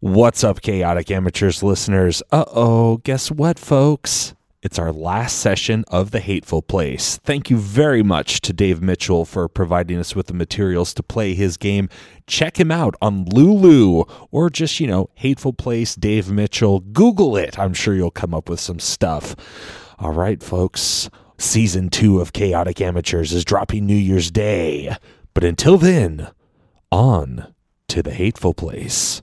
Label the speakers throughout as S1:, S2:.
S1: What's up, chaotic amateurs listeners? Uh oh, guess what, folks? It's our last session of The Hateful Place. Thank you very much to Dave Mitchell for providing us with the materials to play his game. Check him out on Lulu or just, you know, Hateful Place Dave Mitchell. Google it. I'm sure you'll come up with some stuff. All right, folks. Season two of Chaotic Amateurs is dropping New Year's Day. But until then, on to The Hateful Place.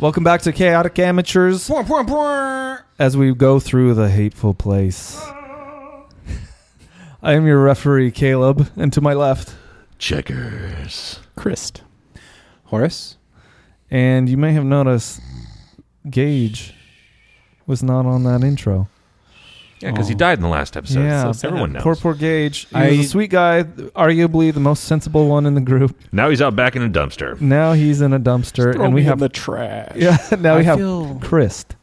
S2: Welcome back to Chaotic Amateurs as we go through the hateful place. I am your referee, Caleb, and to my left,
S3: Checkers.
S4: Christ. Horace?
S2: and you may have noticed Gage was not on that intro.
S1: Yeah, because he died in the last episode.
S2: Yeah.
S1: so everyone knows.
S2: Poor, poor Gage. He was
S4: I-
S2: a sweet guy, arguably the most sensible one in the group.
S5: Now he's out back in a dumpster.
S2: Now he's in a dumpster, and we have
S4: the trash.
S2: yeah. Now we
S4: I
S2: have
S4: feel-
S2: Christ.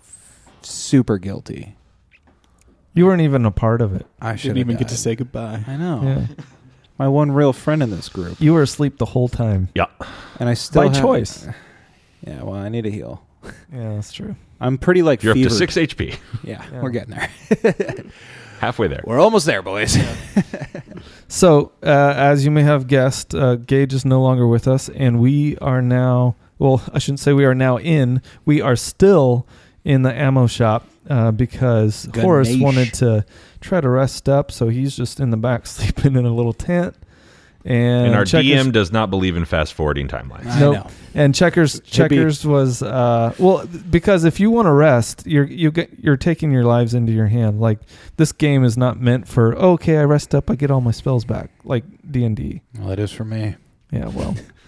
S6: super guilty.
S2: You weren't even a part of it.
S6: I
S4: Didn't
S6: should've
S4: even get
S6: died.
S4: to say goodbye.
S6: I know
S2: Yeah,
S6: my one real friend in this group,
S2: you were asleep the whole time.
S5: Yeah.
S6: and I still
S2: By
S6: have-
S2: choice.
S6: Yeah, well, I need a heal.
S2: Yeah, that's true.
S6: I'm pretty like
S5: You're
S6: fevered.
S5: up to 6 HP.
S6: Yeah,
S2: Yeah.
S6: we're getting there.
S5: Halfway there.
S6: We're almost there, boys.
S2: So, uh, as you may have guessed, uh, Gage is no longer with us, and we are now, well, I shouldn't say we are now in, we are still in the ammo shop uh, because Horace
S6: Ganesh.
S2: wanted to try to rest up, so he's just in the back sleeping in a little tent. And,
S5: and our
S2: Checkers,
S5: DM does not believe in fast forwarding timelines.
S6: I
S2: Nope.
S6: know.
S2: and checkers
S6: Should be-
S2: checkers was uh, well because if you want to rest you're you get you're taking your lives into your hand like this game is not meant for "Oh, okay I rest up I get all my spells back like D and D
S6: Well, it is for me.
S2: yeah, well.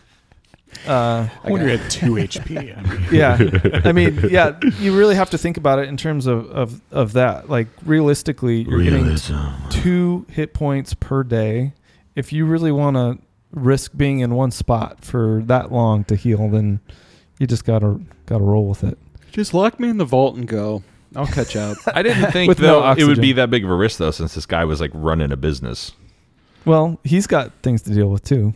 S2: Uh,
S4: I wonder you had 2 HP. I mean,
S2: yeah. I mean, yeah, you really have to think about it in terms of, of, of that. Like, realistically, you're getting two hit points per day. If you really want to risk being in one spot for that long to heal, then you just got to got to roll with it.
S6: Just lock me in the vault and go. I'll catch up.
S5: I didn't think
S2: With no
S5: though it would
S2: oxygen.
S5: be that big of a risk though, since this guy was like running a business.
S2: Well, he's got things to deal with, too.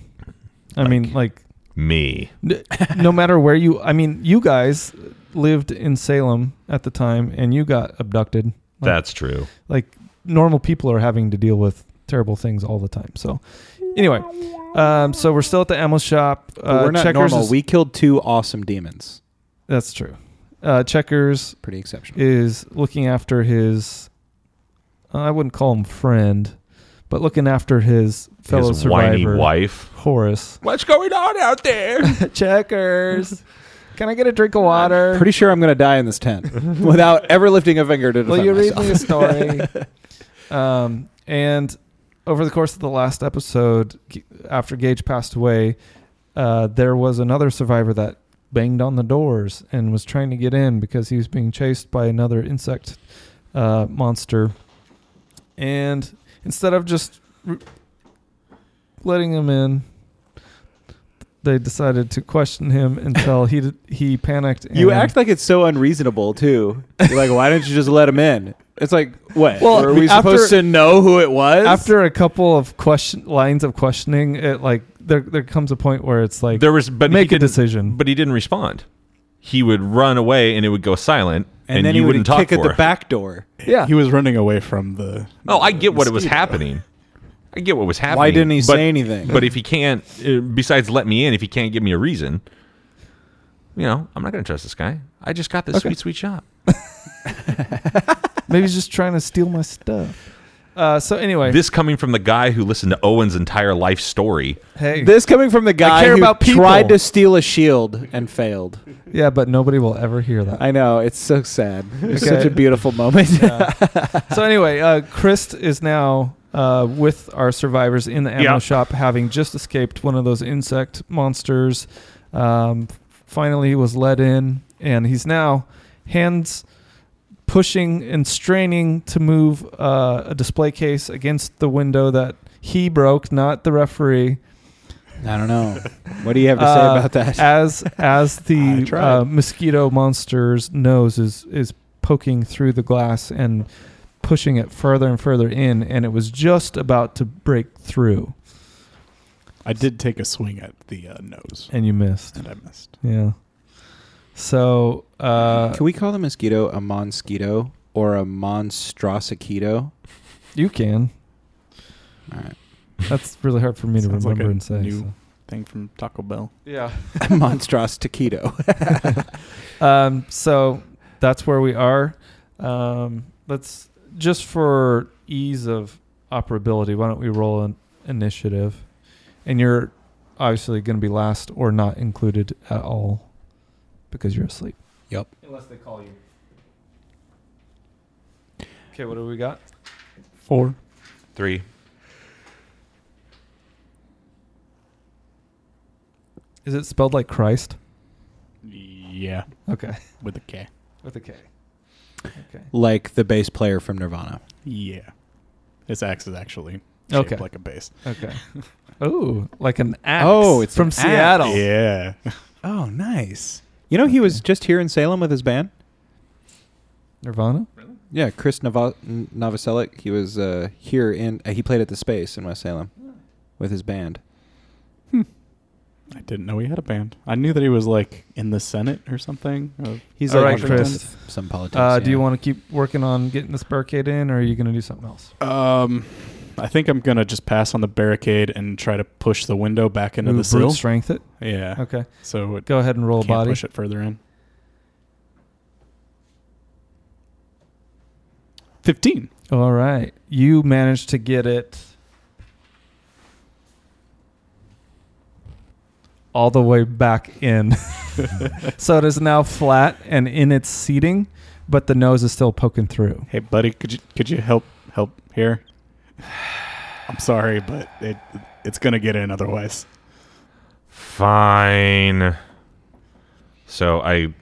S2: I mean, like,
S5: Me.
S2: N- no matter where you i mean you guys lived in salem at the time and you got abducted like,
S5: That's true.
S2: like normal people are having to deal with terrible things all the time so anyway um so we're still at the ammo shop Uh,
S6: But we're not
S2: checkers
S6: normal.
S2: is-
S6: we killed two awesome demons.
S2: that's true uh checkers
S6: Pretty exceptional.
S2: is looking after his uh, i wouldn't call him friend but looking after his fellow
S5: His whiny
S2: survivor
S5: wife.
S2: horace
S5: What's going on out there?
S2: checkers can i get a drink of water
S6: Pretty sure I'm going to die in this tent without ever lifting a finger to defend
S2: Will you read
S6: myself.
S2: me a story? um, and over the course of the last episode, G- after Gage passed away, uh, there was another survivor that banged on the doors and was trying to get in because he was being chased by another insect uh, monster. And instead of just r letting him in, they decided to question him until he d- he panicked. And
S6: You act like it's so unreasonable too. You're like, why didn't you just let him in? It's like, what?
S2: Well,
S6: were we
S2: after-
S6: supposed to know who it was?
S2: after a couple of question lines of questioning, it like there there comes a point where it's like
S5: There was but
S2: make
S5: he
S2: a
S5: didn't-
S2: decision.
S5: But he didn't respond. He would run away and it would go silent
S6: and,
S5: and,
S6: then
S5: you
S6: he would
S5: wouldn't talk
S6: kick
S5: for
S6: at the
S5: him.
S6: back door.
S2: yeah,
S4: he was running away from the.
S5: Oh, I get what it was
S4: mosquito.
S5: happening. I get what was happening.
S6: Why didn't he
S5: but-
S6: say anything?
S5: But if he can't, uh, besides let me in, if he can't give me a reason, you know, I'm not going to trust this guy. I just got this sweet, sweet shop.
S2: maybe he's just trying to steal my stuff. Uh, so anyway,
S5: This coming from the guy who listened to Owen's entire life story.
S2: hey,
S6: This coming from the guy
S2: care
S6: who
S2: about people.
S6: tried to steal a shield and failed.
S2: yeah, but nobody will ever hear that.
S6: I know it's so sad. It's
S2: Okay.
S6: such a beautiful moment.
S2: so anyway, uh, Christ is now uh, with our survivors in the ammo
S5: Yeah.
S2: shop having just escaped one of those insect monsters. Um, finally, he was let in, and he's now hands pushing and straining to move uh, a display case against the window that he broke, not the referee.
S4: I don't know.
S6: What do you have to say
S2: Uh,
S6: about that?
S2: As as
S4: I
S2: the
S4: tried.
S2: uh, mosquito monster's nose is is poking through the glass and pushing it further and further in, and it was just about to break through,
S4: I did take a swing at the uh, nose,
S2: and you missed.
S4: and I missed.
S2: Yeah. So uh,
S6: Can we call the mosquito a mosquito or a monstrosiketo?
S2: you can.
S6: All right.
S2: That's really hard for me to
S4: Sounds like
S2: remember
S4: a
S2: and say.
S4: new-
S2: so.
S4: Thing from Taco Bell.
S2: Yeah.
S6: monstrosiketo.
S2: um, so that's where we are. Um, let's just for ease of operability, why don't we roll an initiative? And you're obviously going to be last or not included at all because you're asleep.
S6: Yep.
S2: Unless they call you. Okay, what do we got?
S4: Four.
S5: Three.
S2: Is it spelled like Christ?
S4: Yeah,
S2: Okay.
S4: with a K.
S2: With a K. Okay.
S6: like the bass player from Nirvana.
S4: Yeah, his axe is actually shaped
S2: Okay.
S4: like a base.
S2: Okay. oh, like an axe.
S6: Oh, it's
S2: from
S6: an axe.
S2: Seattle.
S4: Yeah,
S6: Oh, nice. You know, he was just here in Salem with his band.
S2: Nirvana?
S6: Yeah, Chris Nova- N- Novoselic. He was uh, here in. Uh, he played at the Space in West Salem with his band.
S4: I didn't know he had a band. I knew that he was like in the Senate or something. of
S6: He's
S2: All
S6: like
S2: right,
S6: Washington,
S2: Chris.
S6: Some politics.
S2: Uh, do you
S6: yeah.
S2: want to keep working on getting this barricade in, or are you going to do something else?
S4: Um, I think I'm gonna just pass on the barricade and try to push the window back into
S2: Ooh,
S4: the
S2: brute
S4: sill.
S2: strength it.
S4: Yeah.
S2: Okay,
S4: So it
S2: go ahead and roll
S4: can't
S2: body.
S4: push it further in. Fifteen.
S2: All right, you managed to get it all the way back in, so it is now flat and in its seating, but the nose is still poking through.
S4: Hey, buddy, could you could you help help here? I'm sorry, but it it's gonna get in otherwise.
S5: Fine. So I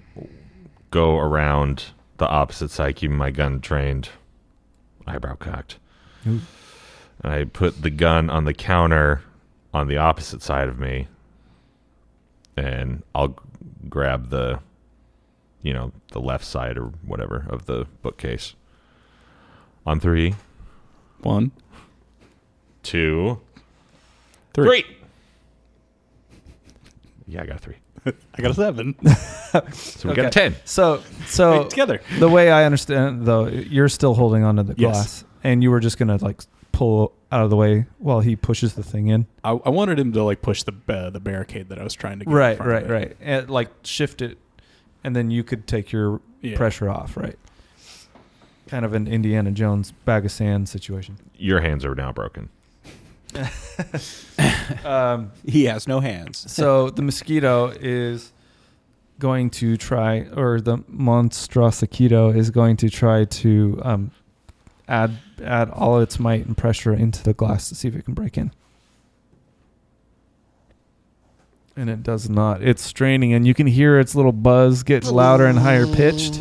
S5: go around the opposite side, keeping my gun trained, eyebrow cocked.
S2: Ooh.
S5: And I put the gun on the counter on the opposite side of me, and I'll g- grab the, you know, the left side or whatever of the bookcase. On three,
S4: One,
S5: two,
S4: three.
S5: Yeah, I got a three.
S4: I got a seven.
S5: So we got a
S2: Okay.
S5: ten.
S2: So, so
S4: Together.
S2: the way I understand it, though, you're still holding onto the
S4: Yes.
S2: glass, and you were just going to like pull out of the way while he pushes the thing in.
S4: I, I wanted him to like push the uh, the barricade that I was trying to get. in
S2: right
S4: front
S2: right
S4: of it.
S2: right and like shift it and then you could take your
S4: Yeah.
S2: pressure off right kind of an indiana jones bag of sand situation
S5: Your hands are now broken.
S2: um,
S6: He has no hands.
S2: so the mosquito is going to try or the monstrosiketo is going to try to um, add add all its might and pressure into the glass to see if it can break in and it does not it's straining and you can hear its little buzz get louder and higher pitched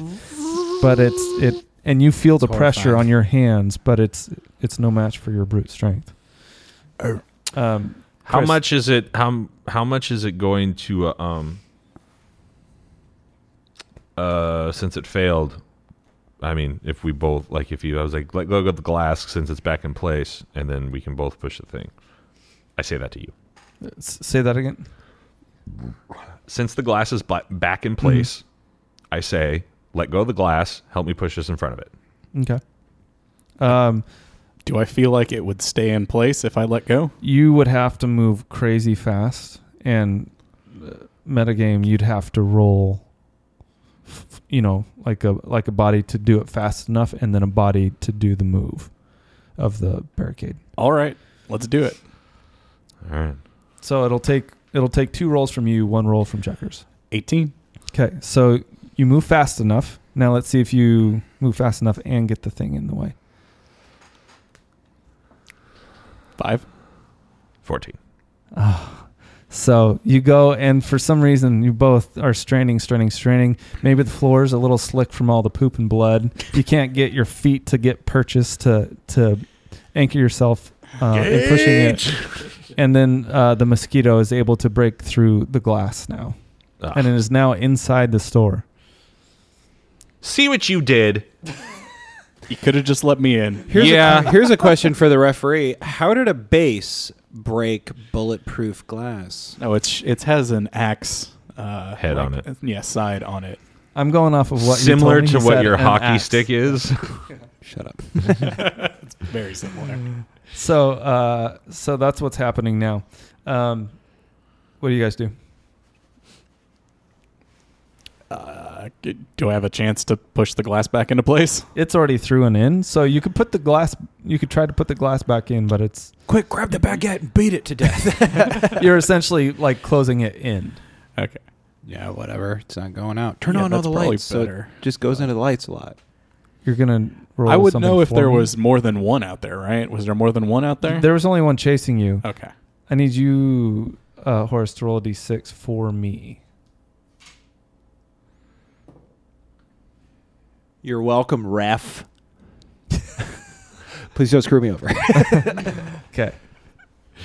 S2: but it's it and you feel the
S6: It's
S2: pressure
S6: horrifying.
S2: on your hands but it's it's no match for your brute strength
S6: Er.
S2: um,
S5: How
S2: Chris-
S5: much is it? How how much is it going to? Uh, um. Uh, since it failed, I mean, if we both like, if you, I was like, let go of the glass since it's back in place, and then we can both push the thing. I say that to you.
S2: s- say that again
S5: Since the glass is ba- back in place,
S2: Mm-hmm.
S5: I say, let go of the glass. Help me push this in front of it.
S2: Okay. Um,
S4: Do I feel like it would stay in place if I let go?
S2: you would have to move crazy fast, and uh, metagame you'd have to roll, f- you know, like a like a body to do it fast enough, and then a body to do the move of the barricade.
S4: All right, let's do it.
S5: All right.
S2: So it'll take it'll take two rolls from you, one roll from checkers.
S4: Eighteen.
S2: Okay, so you move fast enough. Now let's see if you move fast enough and get the thing in the way.
S4: Five.
S5: 14.
S2: So you go, and for some reason, you both are straining, straining, straining. Maybe the floor's a little slick from all the poop and blood. You can't get your feet to get purchased to to anchor yourself uh, in pushing it. And then uh, the mosquito is able to break through the glass now,
S5: Ugh.
S2: and it is now inside the store.
S5: See what you did.
S4: You could have just let me in.
S6: Here's
S5: Yeah.
S6: A, here's a question for the referee: How did a base break bulletproof glass?
S4: No, it's it has an axe uh,
S5: Head on it.
S4: Yeah, side on it.
S2: I'm going off of what
S5: Similar
S2: you told me.
S5: to
S2: He
S5: what
S2: said
S5: your
S2: an
S5: hockey
S2: axe.
S5: stick is.
S6: Shut up.
S4: Very similar.
S2: So, uh, so that's what's happening now. Um, what do you guys do?
S4: Uh, g- do I have a chance to push the glass back into place?
S2: It's already through and in, so you could put the glass. You could try to put the glass back in, but it's
S6: Quick, grab the baguette and beat it to death.
S2: you're essentially like closing it in.
S4: Okay.
S6: yeah, whatever. It's not going out. Turn
S4: Yeah,
S6: on all
S4: that's
S6: the
S4: probably
S6: lights.
S4: better.
S6: so it just goes into the lights a lot.
S2: You're gonna roll.
S4: I would
S2: something
S4: know if
S2: for
S4: there
S2: me.
S4: was more than one out there, right? Was there more than one out there? Oh.
S2: There was only one chasing you.
S4: Okay.
S2: I need you, uh, Horace, to roll a d6 for me.
S6: You're welcome, ref. Please don't screw me over.
S2: Okay.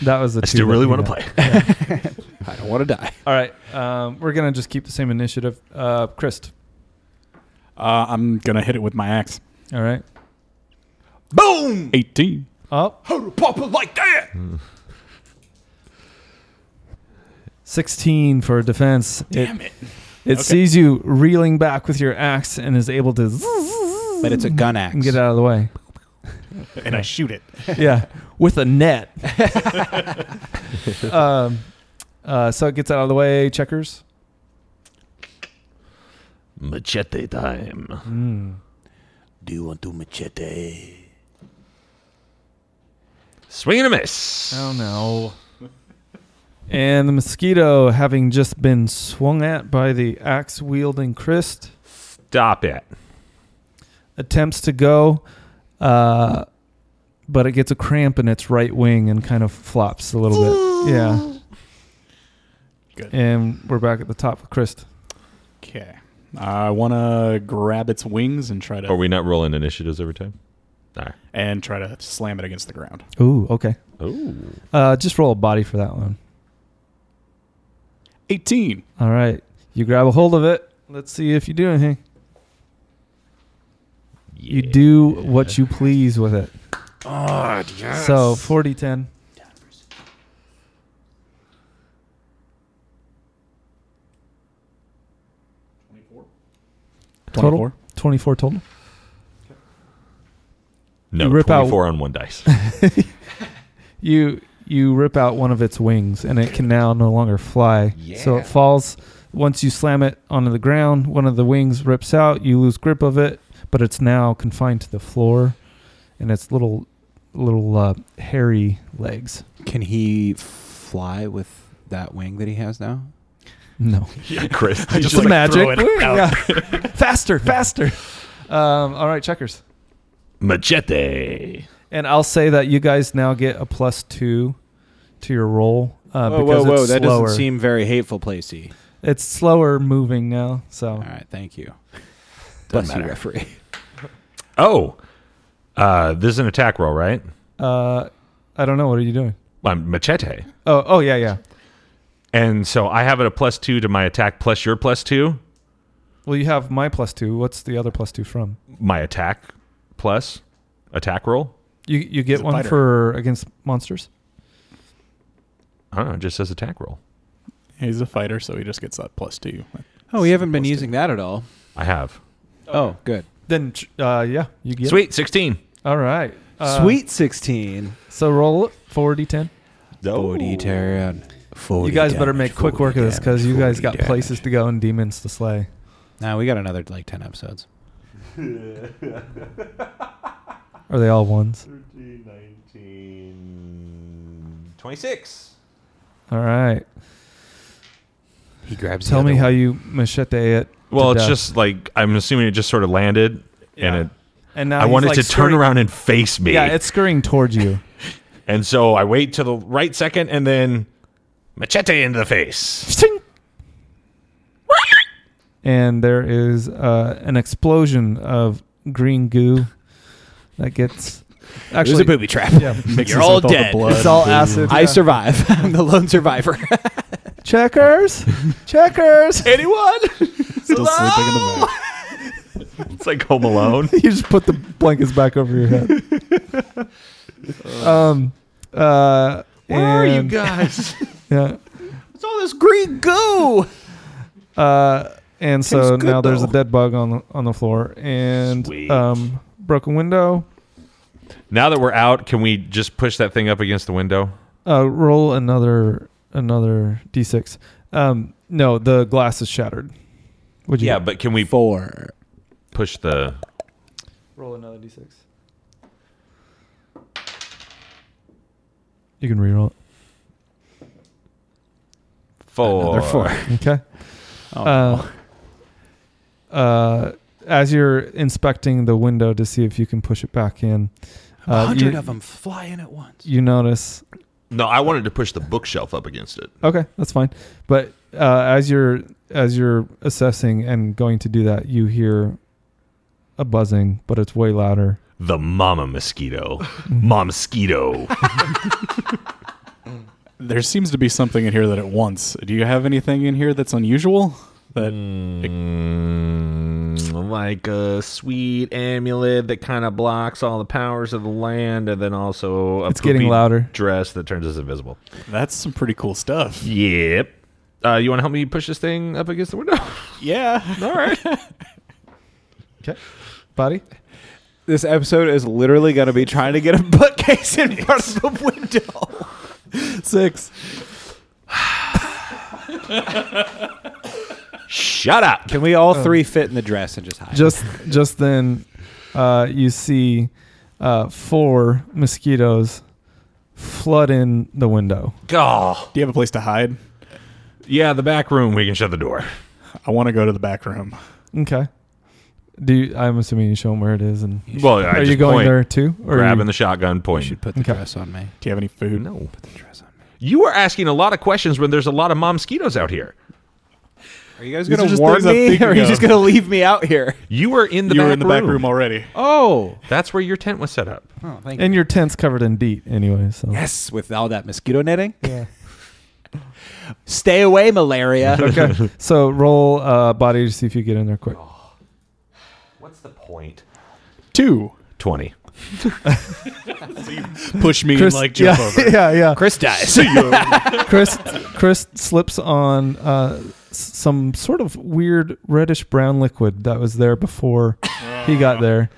S2: That was the.
S5: I still really want to play.
S6: I don't want to die.
S2: All right, um, we're gonna just keep the same initiative. Uh, Christ.
S4: Uh, I'm gonna hit it with my axe.
S2: All right.
S4: Boom. Eighteen.
S2: Oh,
S4: Pop it like that.
S2: 16 for defense.
S4: Damn it.
S2: It sees you reeling back with your axe and is able to zzz
S6: But it's a gun axe.
S2: and get out of the way.
S4: And I shoot it.
S2: yeah, with a net. um, uh, so it gets out of the way. Checkers.
S5: Machete time.
S2: Hmm.
S3: Do you want to machete?
S5: Swing and a miss.
S2: Oh no. and the mosquito, having just been swung at by the axe wielding Christ,
S5: Stop it.
S2: attempts to go, uh, but it gets a cramp in its right wing and kind of flops a little bit. Yeah.
S4: Good.
S2: And we're back at the top with Christ.
S4: Okay. I want to grab its wings and try to
S5: Are we not rolling initiatives every time? All right.
S4: and try to slam it against the ground.
S2: Ooh, okay.
S5: Oh.
S2: Uh, just roll a body for that one.
S4: Eighteen.
S2: All right. You grab a hold of it. Let's see if you do anything. You do what you please with it. So 40 10. Total?
S4: 24?
S2: 24 total.
S5: No,
S2: You rip out-
S5: 24 on one dice.
S2: You you rip out one of its wings and it can now no longer fly. So it falls once you slam it onto the ground, one of the wings rips out, you lose grip of it, but it's now confined to the floor and its little little uh, hairy legs.
S6: Can he fly with that wing that he has now?
S2: No.
S5: yeah, Chris. Just
S2: It's
S5: like,
S2: magic. Yeah. faster, faster. Um, all right, checkers.
S5: machete.
S2: And I'll say that you guys now get a plus two to your roll uh, because it's
S6: That
S2: slower.
S6: doesn't seem very hateful, Placey.
S2: it's slower moving now. So
S6: All right, thank you. Bless you, referee.
S5: Oh. Uh, this is an attack roll, right?
S2: uh, I don't know. What are you doing?
S5: I'm machete.
S2: Oh, oh yeah, yeah.
S5: And so I have it a plus two to my attack plus your plus two.
S2: Well, you have my plus two. What's the other plus two from?
S5: My attack plus attack roll.
S2: You you
S4: He's
S2: get
S4: a
S2: one
S4: fighter.
S2: for against monsters.
S5: I don't know. It just says attack roll.
S4: He's a fighter, so he just gets that plus two.
S6: Oh, we haven't been using that at all.
S5: I have.
S6: Oh, good.
S2: Then uh, yeah, you get it.
S5: Sweet. 16.
S2: All right, Uh,
S6: Sweet 16.
S2: So roll four d ten.
S6: 40 turn. 40
S2: You guys better
S6: damage,
S2: make quick
S6: 40
S2: work of this because
S6: damage,
S2: you guys
S6: 40
S2: got
S6: damage.
S2: places to go and demons to slay.
S6: Nah, we got another like 10 episodes.
S2: Are they all ones?
S5: 19, 26.
S2: All right.
S6: He grabs
S2: Tell me how you machete it. to
S5: Well, it's
S2: death.
S5: just like, I'm assuming it just sort of landed.
S2: Yeah.
S5: And it,
S2: and now
S5: I
S2: he's,
S5: wanted
S2: like,
S5: to turn
S2: scurrying-
S5: around and face me.
S2: Yeah, it's scurrying towards you.
S5: And so I wait to the right second and then machete into the face.
S2: and there is uh, an explosion of green goo that gets
S6: It was
S2: actually
S6: a booby trap.
S2: yeah
S4: Mixes
S5: You're all
S4: with all
S5: dead.
S4: The blood.
S2: it's all acid
S6: I
S2: Yeah.
S6: survive. I'm the lone survivor.
S2: checkers checkers
S5: Anyone?
S4: Still sleeping in the back.
S5: It's like Home Alone.
S2: you just put the blankets back over your head um uh
S5: Where are you
S2: and-
S5: guys?
S2: yeah
S6: it's all this green goo.
S2: Uh, and so
S6: Tastes good,
S2: now there's a
S6: though.
S2: dead bug on the, on the floor and
S5: Sweet.
S2: um broken window.
S5: now that we're out, can we just push that thing up against the window?
S2: Uh, roll another another d6. Um, no, the glass is shattered. Would you?
S5: Yeah, but can we
S6: Four.
S5: push the
S2: roll another d6. You can reroll it.
S5: four?
S2: Okay.
S6: Oh,
S2: uh, uh, as you're inspecting the window to see if you can push it back in, uh,
S6: hundred
S2: you,
S6: of them flying at once.
S2: you notice
S5: No, I wanted to push the bookshelf up against it.
S2: Okay, that's fine. But uh, as you're as you're assessing and going to do that, you hear a buzzing, but it's way louder.
S5: The mama mosquito. Mom mosquito.
S4: There seems to be something in here that it wants. Do you have anything in here that's unusual? That
S5: Mm, like a sweet amulet that kind of blocks all the powers of the land, and then also a
S2: It's getting
S5: poopy
S2: louder.
S5: dress that turns us invisible.
S4: that's some pretty cool stuff.
S5: Yep. Uh, you want to help me push this thing up against the window?
S4: Yeah.
S5: all right.
S2: Body.
S6: This episode is literally going to be trying to get a bookcase in front of the window.
S4: Six.
S5: Shut up.
S6: Can we all three fit in the dress and just hide?
S2: Just just then, uh, you see uh, four mosquitoes flood in the window.
S5: Oh.
S4: Do you have a place to hide?
S5: Yeah, the back room. We can shut the door.
S4: I want to go to the back room.
S2: Okay. Do you, I'm assuming you show them where it is, and
S5: Well, I
S2: are
S5: just
S2: you going
S5: point,
S2: there too? Or are
S5: Grabbing
S2: you,
S5: the shotgun,
S6: you
S5: point.
S6: should put the
S2: Okay.
S6: dress on me.
S4: Do you have any food?
S5: No.
S6: Put the dress on me.
S5: You are asking a lot of questions when there's a lot of mom mosquitoes out here.
S6: Are you guys
S4: These
S6: going to
S4: are just
S6: warn
S4: things I'm
S6: me,
S4: thinking
S6: or are you
S4: of.
S6: just going to leave me out here?
S5: You were in the
S4: you
S5: back
S4: were in the
S5: room.
S4: back room already.
S6: Oh,
S5: That's where your tent was set up.
S6: oh thank
S2: and your tent's covered in DEET anyway. So
S6: Yes, with all that mosquito netting.
S2: yeah.
S6: Stay away, malaria.
S2: Okay. so roll uh, body to see if you get in there quick.
S5: What's the point?
S4: Two.
S5: 20.
S4: Push me and like jump
S2: yeah,
S4: over.
S2: yeah, yeah.
S6: Chris dies.
S2: Chris, Chris slips on uh, s- some sort of weird reddish brown liquid that was there before he got there.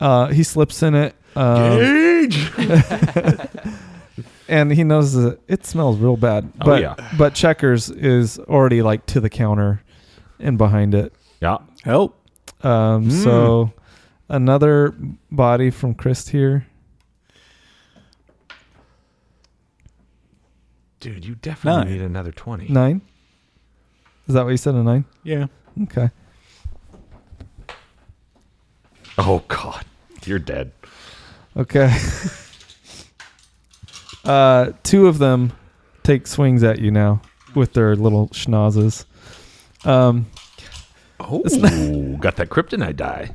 S2: Uh, he slips in it, uh, and he knows that it smells real bad.
S5: Oh,
S2: But
S5: yeah.
S2: but Checkers is already like to the counter and behind it.
S5: Yeah.
S4: Help.
S2: Um, So another body from Chris here.
S5: Dude, you definitely
S4: Nine.
S5: need another 20.
S2: Nine. Is that what you said? A nine.
S4: Yeah.
S2: Okay.
S5: Oh, God. You're dead.
S2: Okay. uh, two of them take swings at you now with their little schnozzes. Um,
S5: Oh,
S2: It's
S5: got that kryptonite die.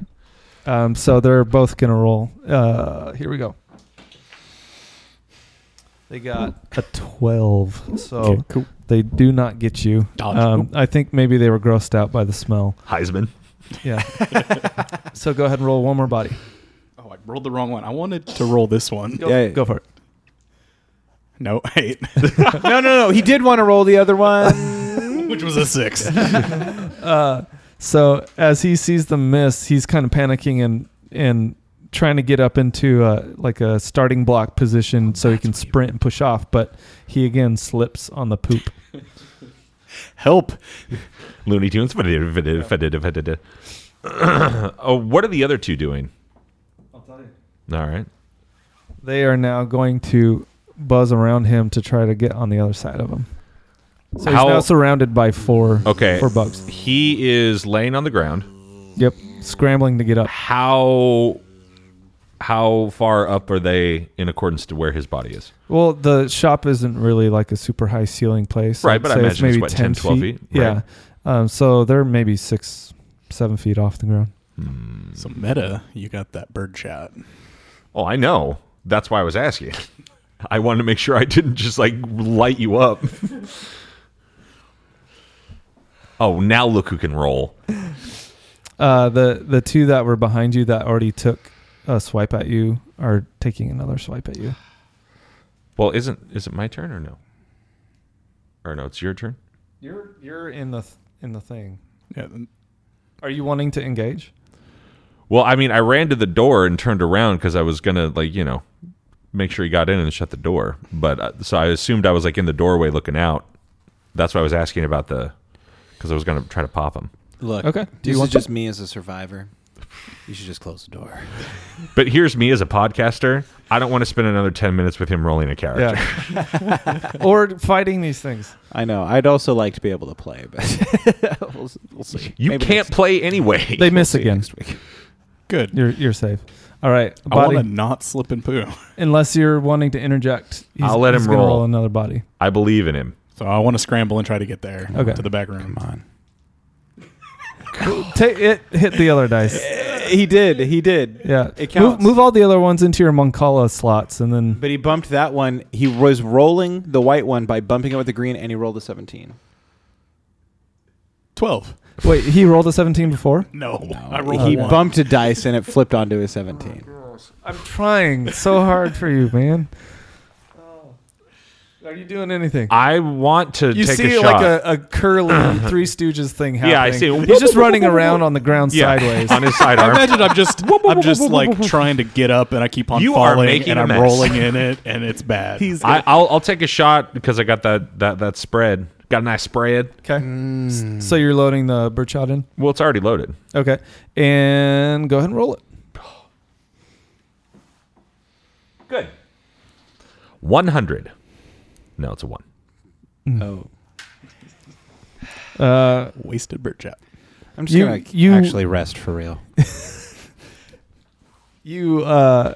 S2: um, so they're both gonna roll. Uh, here we go. They got a twelve, so
S4: Okay, cool.
S2: they do not get you.
S4: Dodge.
S2: Um, I think maybe they were grossed out by the smell.
S5: Heisman.
S2: Yeah. so go ahead and roll one more body.
S4: Oh, I rolled the wrong one. I wanted to roll this one.
S6: Yeah.
S2: Go for it.
S4: No, eight.
S6: no, no, no. He did want to roll the other one.
S4: Which was a six.
S2: So as he sees the miss, he's kind of panicking and and trying to get up into uh like a starting block position so he can sprint and push off. But he again slips on the poop.
S4: Help.
S5: Looney Tunes. oh, what are the other two doing? All right.
S2: They are now going to buzz around him to try to get on the other side of him. So he's
S5: How-
S2: now surrounded by four
S5: Okay.
S2: four bugs.
S5: He is laying on the ground.
S2: Yep, scrambling to get up.
S5: How how far up are they in accordance to where his body is?
S2: Well, the shop isn't really like a super high ceiling place.
S5: Right,
S2: I'd
S5: but I
S2: say
S5: imagine it's, what, 10, 12 feet?
S2: Yeah. Um, so they're maybe six, seven feet off the ground.
S4: So meta, you got that bird shot.
S5: Oh, I know. That's why I was asking. I wanted to make sure I didn't just like light you up. oh, now look who can roll.
S2: Uh, the the two that were behind you that already took a swipe at you are taking another swipe at you.
S5: Well, isn't is it my turn or no? Or no, it's your turn.
S2: You're you're in the in the thing.
S4: Yeah,
S2: Are you wanting to engage?
S5: Well, I mean, I ran to the door and turned around because I was gonna like you know make sure he got in and shut the door. But uh, so I assumed I was like in the doorway looking out. That's why I was asking about the because I was gonna try to pop him.
S6: Look,
S2: Okay. Do you
S6: this
S2: want
S6: is just me as a survivor. You should just close the door.
S5: But here's me as a podcaster. I don't want to spend another ten minutes with him rolling a character.
S2: Yeah. or fighting these things.
S6: I know. I'd also like to be able to play, but we'll, we'll see.
S5: You
S6: Maybe
S5: can't
S6: next-
S5: play anyway.
S2: They miss
S6: see
S2: again.
S6: next week.
S4: good.
S2: You're you're safe. All right,
S4: I want
S2: body.
S4: to not slip and poo.
S2: unless you're wanting to interject, he's-
S5: I'll let
S2: he's
S5: him
S2: gonna
S5: roll.
S2: another body.
S5: I believe in him.
S4: So I want to scramble and try to get there
S2: Okay.
S4: to the back room.
S6: Come on.
S2: Take it. Hit the other dice.
S6: He did. He did.
S2: Yeah.
S6: It counts.
S2: Move, move all the other ones into your Moncala slots, and then
S6: But he bumped that one. He was rolling the white one by bumping it with the green, and he rolled a 17.
S4: Twelve.
S2: wait. He rolled a seventeen before.
S4: No, I
S2: Oh,
S4: rolled
S6: he
S4: one.
S6: bumped a dice, and it flipped onto a 17.
S2: I'm trying so hard for you, man. Oh. Are you doing anything?
S5: I want to
S2: You
S5: take
S2: see
S5: a
S2: like
S5: shot.
S2: a, a curly Three Stooges thing happening.
S5: Yeah, I see.
S2: He's just running around on the ground
S5: yeah,
S2: sideways.
S5: on his
S4: I
S5: sidearm.
S4: imagine I'm just I'm just like trying to get up and I keep on
S5: You are
S4: falling
S5: making
S4: and
S5: a
S4: I'm
S5: mess.
S4: rolling in it and it's bad. He's
S5: I, I'll, I'll take a shot because I got that, that, that spread. Got a nice spread.
S2: Okay.
S5: Mm.
S2: So you're loading the bird shot in.
S5: Well, it's already loaded.
S2: Okay. And go ahead and roll it.
S5: Good. 100. No, it's a 1.
S2: Mm.
S6: Oh.
S2: Uh,
S4: wasted bird shot.
S6: I'm just
S2: You-
S6: going to
S2: you-
S6: actually rest for real.
S2: you uh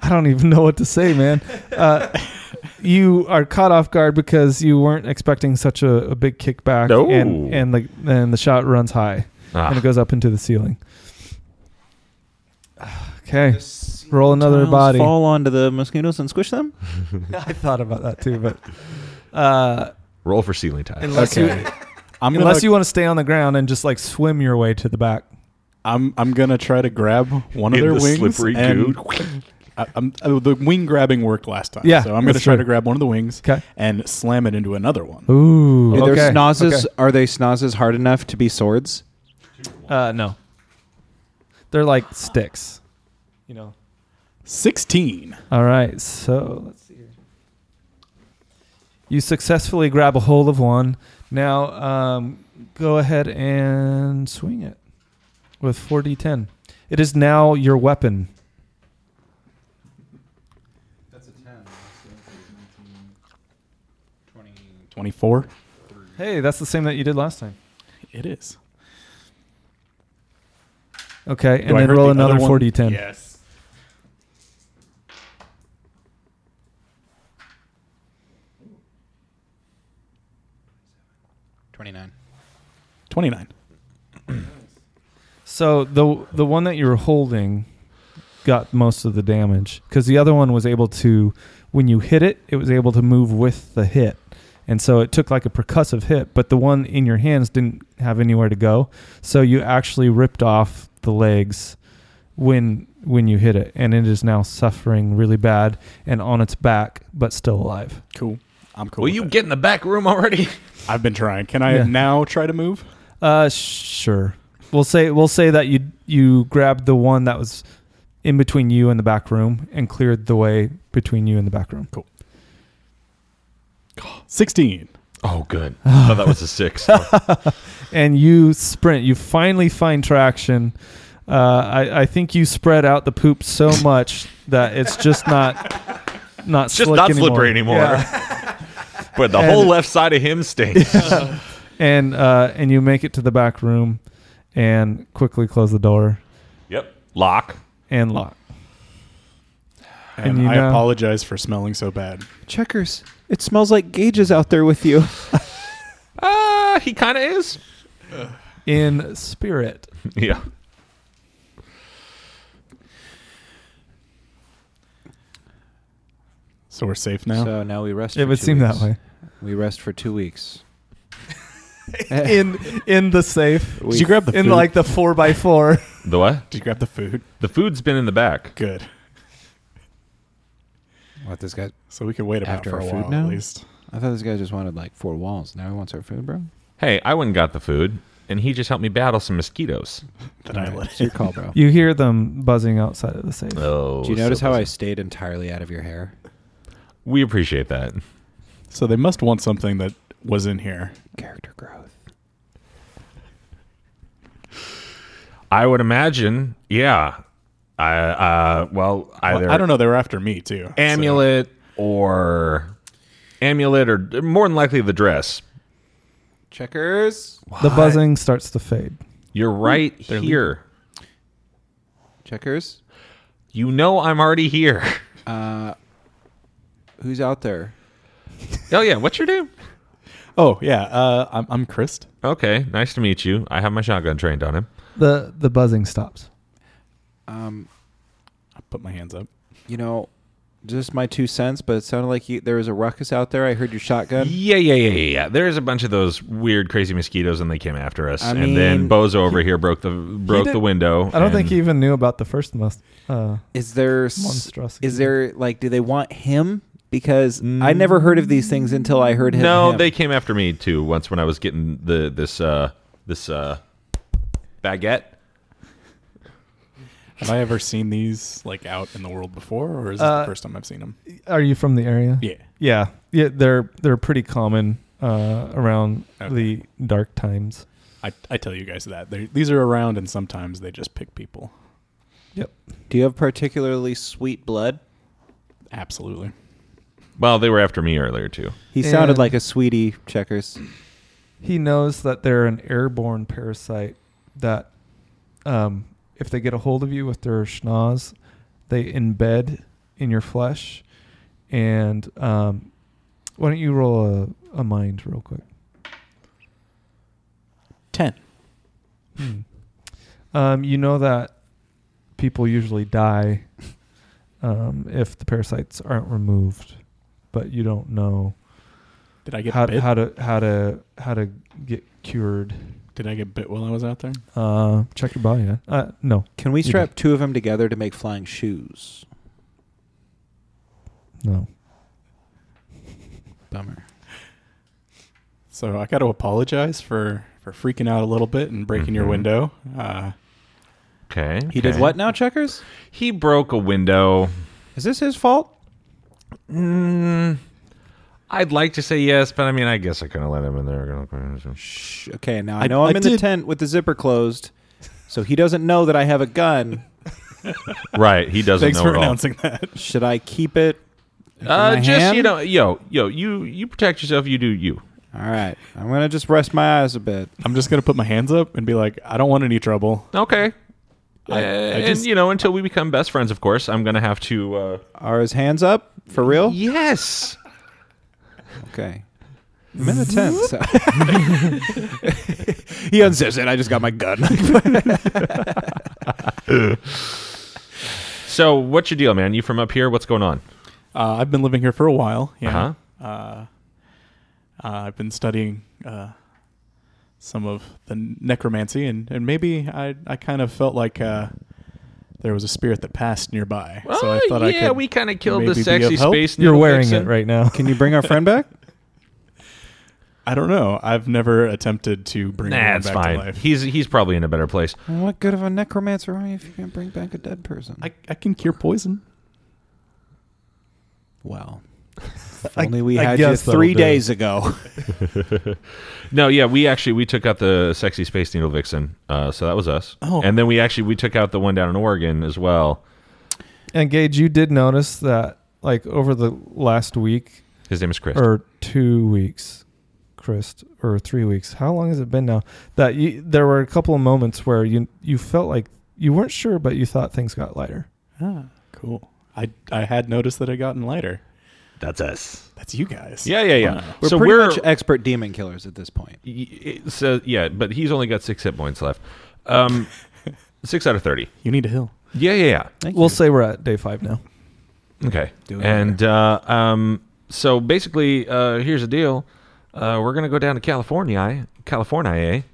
S2: i don't even know what to say man uh you are caught off guard because you weren't expecting such a, a big kickback
S5: No.
S2: and and the and the shot runs high and it
S5: Ah,
S2: goes up into the ceiling okay roll another
S6: Tiles
S2: body
S6: Fall onto the mosquitoes and squish them?
S2: i thought about that too but uh
S5: roll for ceiling tile.
S2: unless you
S4: I'm
S2: unless
S4: gonna,
S2: you want to stay on the ground and just like swim your way to the back
S4: I'm I'm gonna try to grab one of
S5: In
S4: their
S5: the
S4: wings.
S5: slippery
S4: and
S5: goo.
S4: I, I'm, uh, the wing grabbing worked last time.
S2: Yeah,
S4: so I'm gonna
S2: that's
S4: try
S2: true.
S4: to grab one of the wings
S2: okay
S4: and slam it into another one.
S2: ooh
S6: Are their
S2: okay.
S6: snozzes,
S2: okay.
S6: Are they snozzes hard enough to be swords?
S2: Uh, no. They're like sticks. You know.
S4: Sixteen.
S2: All right, so let's see here. You successfully grab a hold of one. Now, um, go ahead and swing it with 4d10. It is now your weapon.
S4: Twenty-four.
S2: Hey, that's the same that you did last time.
S4: It is.
S2: Okay, and
S4: Do I
S2: then
S4: hurt
S2: roll
S4: the
S2: another
S4: other one?
S2: 4d10.
S4: Yes.
S6: Twenty-nine.
S4: Twenty-nine.
S2: So the the one that you were holding got most of the damage because the other one was able to, when you hit it, it was able to move with the hit, and so it took like a percussive hit. But the one in your hands didn't have anywhere to go, so you actually ripped off the legs when when you hit it, and it is now suffering really bad and on its back, but still alive.
S4: Cool. I'm cool.
S5: Will
S4: with
S5: you
S4: it.
S5: get in the back room already?
S4: I've been trying. Can I
S2: Yeah.
S4: now try to move?
S2: Uh, sure. We'll say we'll say that you you grabbed the one that was in between you and the back room and cleared the way between you and the back room.
S4: Sixteen.
S5: Oh, good. I thought that was a 6.
S2: And you sprint. You finally find traction. Uh, I I think you spread out the poop so much that it's just not not
S5: It's just
S2: slick
S5: not
S2: anymore.
S5: slippery anymore.
S2: Yeah.
S5: But the
S2: And-
S5: whole left side of him stinks.
S2: And uh and you make it to the back room and quickly close the door.
S5: Yep. Lock.
S2: and Lot.
S4: And,
S2: And you
S4: I
S2: know-
S4: apologize for smelling so bad.
S6: Checkers. It smells like Gage's out there with you.
S5: Ah, he kind of is.
S2: In spirit,
S5: Yeah.
S4: So we're safe now.
S6: So now we rest.
S2: it
S6: for
S2: would
S6: two
S2: seem
S6: weeks.
S2: that way.
S6: We rest for two weeks.
S2: In in the safe,
S4: Did you grab the
S2: in
S4: food?
S2: like the four by four.
S5: The what?
S4: Did you grab the food?
S5: The food's been in the back.
S4: Good.
S6: What this guy?
S4: So we can wait about
S6: After
S4: for
S6: our
S4: a
S6: food
S4: while
S6: now?
S4: at least.
S6: I thought this guy just wanted like four walls. Now he wants our food, bro.
S5: Hey, I went and got the food, and he just helped me battle some mosquitoes.
S4: That
S6: All
S4: I
S6: right,
S4: let
S6: it's your call, bro.
S2: You hear them buzzing outside of the safe.
S5: Oh,
S6: Do you notice how I stayed entirely out of your hair?
S5: We appreciate that.
S4: So they must want something that was in here.
S6: Character growth.
S5: I would imagine, yeah. I uh, well, either
S4: Well, I don't know. They were after me too. so-
S5: amulet or amulet or more than likely the dress.
S6: Checkers.
S2: The buzzing starts to fade.
S5: You're right here.
S6: Checkers.
S5: You know I'm already here.
S6: Who's out there?
S5: oh yeah, what's your name?
S4: Oh yeah. Uh, I'm I'm Chris.
S5: Okay, nice to meet you. I have my shotgun trained on him.
S2: The the buzzing stops.
S6: Um,
S4: I put my hands up.
S6: you know, just my two cents, but it sounded like you, there was a ruckus out there. I heard your shotgun.
S5: Yeah, yeah, yeah, yeah, yeah. There's a bunch of those weird, crazy mosquitoes, and they came after us.
S6: I
S5: and then
S6: mean,
S5: Bozo over here broke the broke the
S2: did-
S5: window.
S2: I don't think
S5: and-
S2: he even knew about the first must. Uh,
S6: Is there s-
S2: Monstrosity.
S6: Is there like do they want him? Because I never heard of these things until I heard him.
S5: No,
S6: him.
S5: they came after me too. Once when I was getting the this uh this uh baguette.
S4: Have I ever seen these like out in the world before, or is this
S2: Uh,
S4: the first time I've seen them?
S2: are you from the area?
S4: Yeah.
S2: Yeah, yeah. They're they're pretty common uh, around
S4: Okay.
S2: the dark times.
S4: I, I tell you guys that they these are around, and sometimes they just pick people.
S6: Do you have particularly sweet blood?
S4: Absolutely.
S5: Well, they were after me earlier too.
S6: He sounded
S2: And-
S6: like a sweetie checkers.
S2: He knows that they're an airborne parasite that, um, if they get a hold of you with their schnoz, they embed in your flesh. And um, why don't you roll a, a mind real quick?
S4: Ten.
S2: Hmm. Um, you know that people usually die um, if the parasites aren't removed, but you don't know
S4: Did I get
S2: how,
S4: bit?
S2: how to how to how to get cured.
S4: Did I get bit while I was out there?
S2: Uh, check your body. Yeah. Uh, no,
S6: Can we
S2: You
S6: strap two of them together to make flying shoes?
S2: no.
S6: Bummer.
S4: So I got to apologize for for freaking out a little bit and breaking your
S5: Mhm.
S4: window. Uh,
S5: Okay.
S6: He did
S5: okay.
S6: what now, checkers?
S5: He broke a window.
S6: Is this his fault?
S5: Mm, I'd like to say yes, but I mean, I guess I couldn't let him in there.
S6: Shh. Okay, now I
S4: I-
S6: know I, am
S4: I
S6: in the
S4: did-
S6: tent with the zipper closed, so he doesn't know that I have a gun.
S5: Right. He doesn't
S4: thanks
S5: know
S4: for
S5: at all.
S4: announcing that.
S6: Should I keep it? in
S5: Uh,
S6: my
S5: just
S6: hand?
S5: you know, yo, yo, you you protect yourself. You do you.
S6: All right, I'm gonna just rest my eyes a bit.
S4: I'm just gonna put my hands up and be like, I don't want any trouble.
S5: Okay. Uh,
S4: I- I
S5: and
S4: just-
S5: you know, until we become best friends, of course, I'm gonna have to. Uh,
S6: Are his hands up for
S4: Oh.
S6: real?
S5: yes.
S6: Okay. I'm in a tent. So. he unzips it. I just got my gun.
S5: So, what's your deal, man? You from up here? What's going on?
S4: Uh, I've been living here for a while.
S5: Uh-huh.
S4: Yeah. uh uh, I've been studying uh, some of the necromancy, and, and maybe I I kind of felt like uh, there was a spirit that passed nearby. so I
S5: Oh,
S4: thought I
S5: yeah,
S4: could.
S5: we kind of killed
S4: maybe
S5: the
S4: be
S5: sexy
S4: of help.
S5: space.
S2: You're
S5: needle
S2: wearing
S5: vixen.
S2: it right now.
S6: Can you bring our friend back?
S4: I don't know. I've never attempted to bring
S5: Nah,
S4: anyone
S5: it's
S4: back to
S5: fine.
S4: life.
S5: He's he's probably in a better place.
S6: What good of a necromancer are you if you can't bring back a dead person?
S4: I I can cure poison.
S6: well, if only we
S2: I
S6: had you
S2: guess that'll
S6: three
S2: do.
S6: days ago.
S5: No, yeah, we actually we took out the sexy space needle vixen. Uh, so that was us.
S4: Oh.
S5: and then we actually we took out the one down in Oregon as well.
S2: And Gage, you did notice that like over the last week
S5: His name is Chris.
S4: Er.
S2: or two weeks, Chris, or three weeks. How long has it been now? That you there were a couple of moments where you you felt like you weren't sure, but you thought things got lighter.
S4: Ah, cool. I I had noticed that it had gotten lighter.
S5: That's us.
S4: That's you guys.
S5: Yeah, yeah, yeah.
S4: Wow.
S6: We're
S5: so
S6: pretty
S5: we're
S6: much expert demon killers at this point.
S5: y- so yeah, but he's only got six hit points left. Um, six out of thirty.
S4: You need a hill.
S5: Yeah, yeah, yeah.
S6: Thank
S2: we'll
S6: you.
S2: say we're at day five now.
S5: Okay.
S6: Do it
S5: and uh, um, so basically, uh, here's the deal: uh, we're gonna go down to California, eh? California,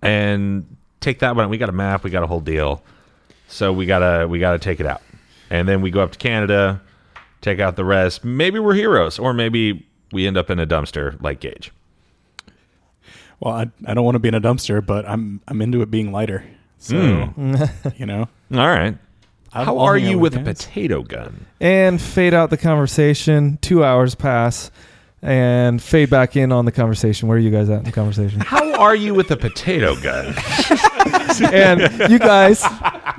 S5: and take that one. We got a map. We got a whole deal. So we gotta we gotta take it out, and then we go up to Canada, take out the rest. Maybe we're heroes, or maybe we end up in a dumpster like Gage.
S4: Well, I, I don't want to be in a dumpster, but I'm I'm into it being lighter. So you know,
S5: All right.
S4: I'll-
S5: How
S4: I'll
S5: are
S4: hang out
S5: you with a
S4: guys.
S5: potato gun?
S2: and fade out the conversation. Two hours pass and fade back in on the conversation. Where are you guys at in the conversation?
S5: How are you with a potato gun?
S2: and you guys,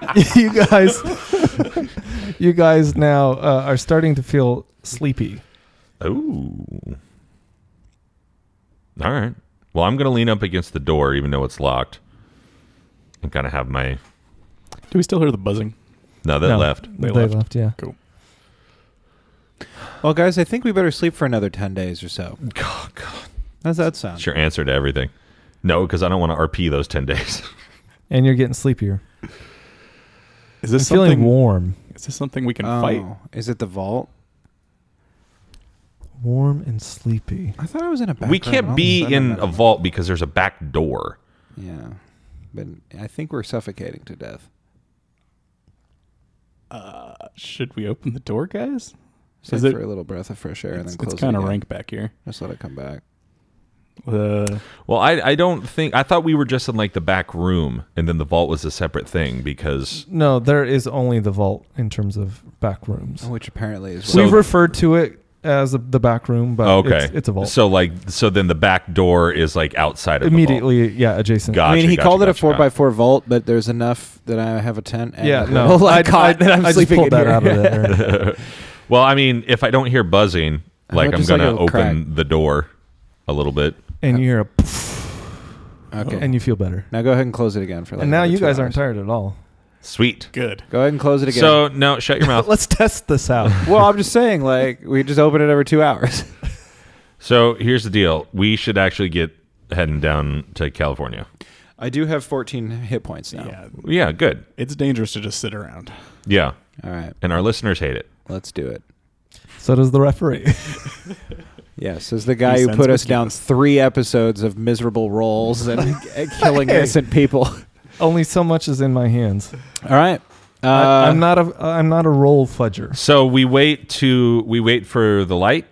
S2: you guys, you guys now uh, are starting to feel sleepy.
S5: Ooh. All right. Well, I'm going to lean up against the door, even though it's locked, and kind of have my.
S4: Do we still hear the buzzing?
S5: No, that
S2: No.
S5: left.
S4: They
S2: They,
S4: left.
S2: left. yeah.
S6: Well, guys, I think we better sleep for another 10 days or so.
S5: Oh, God.
S6: How's that sound?
S5: That's your answer to everything. No, because I don't want to RP those 10 days.
S2: And you're getting sleepier.
S4: Is
S2: I'm
S4: this
S2: feeling
S4: something?
S2: warm,
S4: is this something we can
S6: Oh,
S4: fight?
S6: Is it the vault?
S2: warm and sleepy.
S6: I thought I was in a back
S5: we
S6: room.
S5: can't
S6: All of
S5: be
S6: sudden
S5: in
S6: I'm
S5: a vault because there's a back door.
S6: Yeah. But I think we're suffocating to death.
S4: Uh, should we open the door, guys?
S6: Just
S4: Is
S6: like
S4: it-
S6: for a little breath of fresh air and
S4: It's,
S6: then close it
S4: kind of
S6: again.
S4: rank back here.
S6: Just let it come back.
S4: Uh,
S5: Well, I, I don't think. I thought we were just in like the back room, and then the vault was a separate thing because.
S2: No, there is only the vault in terms of back rooms.
S6: Which apparently is
S5: So- Oh,
S2: We've referred to it as the the back room, but
S5: Okay.
S2: it's, it's a vault.
S5: So, like, so then the back door is like outside of
S2: Immediately, yeah,
S5: The
S2: adjacent.
S5: vault.
S6: I mean,
S5: Gotcha,
S6: he
S5: gotcha,
S6: called it a
S5: gotcha,
S6: four
S5: gotcha.
S6: by four vault, but there's enough that I have a tent. And
S2: Yeah,
S6: a
S2: no.
S6: little
S2: I,
S6: cot
S2: I,
S6: that I'm
S2: I just
S6: sleeping
S2: pulled
S6: in
S2: that
S6: here.
S2: out of there.
S5: Well, I mean, if I don't hear buzzing,
S6: How
S5: like
S6: about
S5: I'm
S6: just like
S5: gonna
S6: a little
S5: open
S6: crack?
S5: the door a little bit.
S2: and you hear a poof,
S6: Okay.
S2: and you feel better.
S6: now go ahead and close it again for like
S2: and now
S6: another
S2: you
S6: two
S2: guys aren't
S6: hours.
S2: tired at all.
S5: Sweet.
S4: good.
S6: Go ahead and close it again.
S5: So no, shut your mouth.
S2: Let's test this out.
S6: well, I'm just saying, like, we just open it every two hours.
S5: so here's the deal: we should actually get heading down to California.
S6: I do have 14 hit points now.
S4: Yeah,
S5: Yeah, good.
S4: it's dangerous to just sit around.
S5: Yeah,
S6: All right,
S5: and our listeners hate it.
S6: let's do it.
S2: so does the referee.
S6: Yes, as the guy
S4: He
S6: who
S4: sounds
S6: put us down
S4: ridiculous.
S6: three episodes of miserable roles and and killing innocent people.
S2: Only so much is in my hands.
S6: All right. Uh,
S2: I, am not a I'm not a roll fudger.
S5: So we wait to we wait for the light.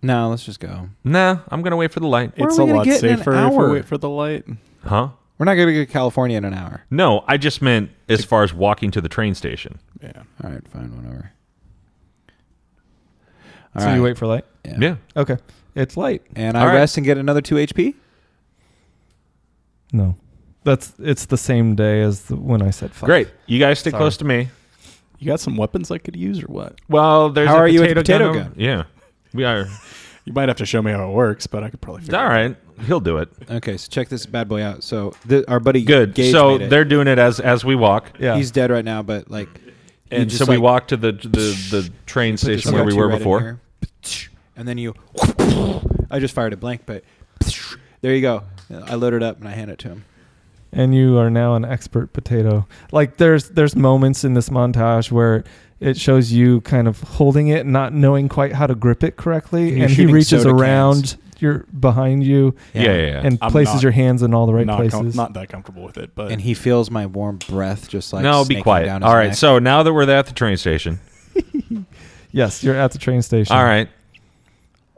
S6: no, let's just go.
S5: Nah, I'm gonna wait for the light.
S6: Where are
S4: it's
S6: we
S4: a
S6: gonna
S4: lot
S6: get in an
S4: safer if
S6: hour?
S4: we wait for the light.
S5: Huh?
S6: We're not going to go to California in an hour.
S5: No, I just meant as far as walking to the train station.
S4: Yeah.
S6: All right, fine, whatever. All right.
S2: so you wait for light.
S6: Yeah.
S5: Yeah.
S2: Okay, it's light.
S6: And
S5: All
S6: I
S5: right.
S6: rest and get another two HP.
S2: No, that's it's the same day as the, when I said five.
S5: Great. You guys stay
S2: Sorry.
S5: close to me.
S4: You got some weapons I could use or what?
S5: Well, there's
S6: How
S5: a
S6: are you
S5: potato,
S6: with the potato
S5: gun.
S6: gun?
S5: Yeah, we are.
S4: You might have to show me how it works, but I could probably figure
S5: All
S4: it out.
S5: right, he'll do it.
S6: Okay, so check this bad boy out. So th- our buddy
S5: Good.
S6: Gage
S5: so
S6: made it.
S5: they're doing it as as we walk.
S2: Yeah.
S6: he's dead right now, but like, you
S5: And
S6: just,
S5: so we
S6: like,
S5: walked to the the, the train
S6: put this
S5: station where we
S6: CO2
S5: were
S6: right in
S5: before.
S6: here. And then you, I just fired a blank, but there you go. I loaded up and I hand it to him.
S2: and you are now an expert potato. Like there's there's moments in this montage where it shows you kind of holding it, not knowing quite how to grip it correctly,
S6: And
S2: and,
S6: you're
S2: he
S6: shooting
S2: reaches
S6: soda
S2: around your behind you
S5: Yeah, yeah, yeah.
S2: and
S4: I'm
S2: places
S4: not-
S2: your hands in all the right
S4: not, com-
S2: places.
S4: not that comfortable with it, but
S6: And he feels my warm breath just like
S5: no, be
S6: snaking
S5: quiet.
S6: Down his
S5: All right.
S6: neck.
S5: So now that we're at the train station,
S2: yes, you're at the train station.
S5: all right.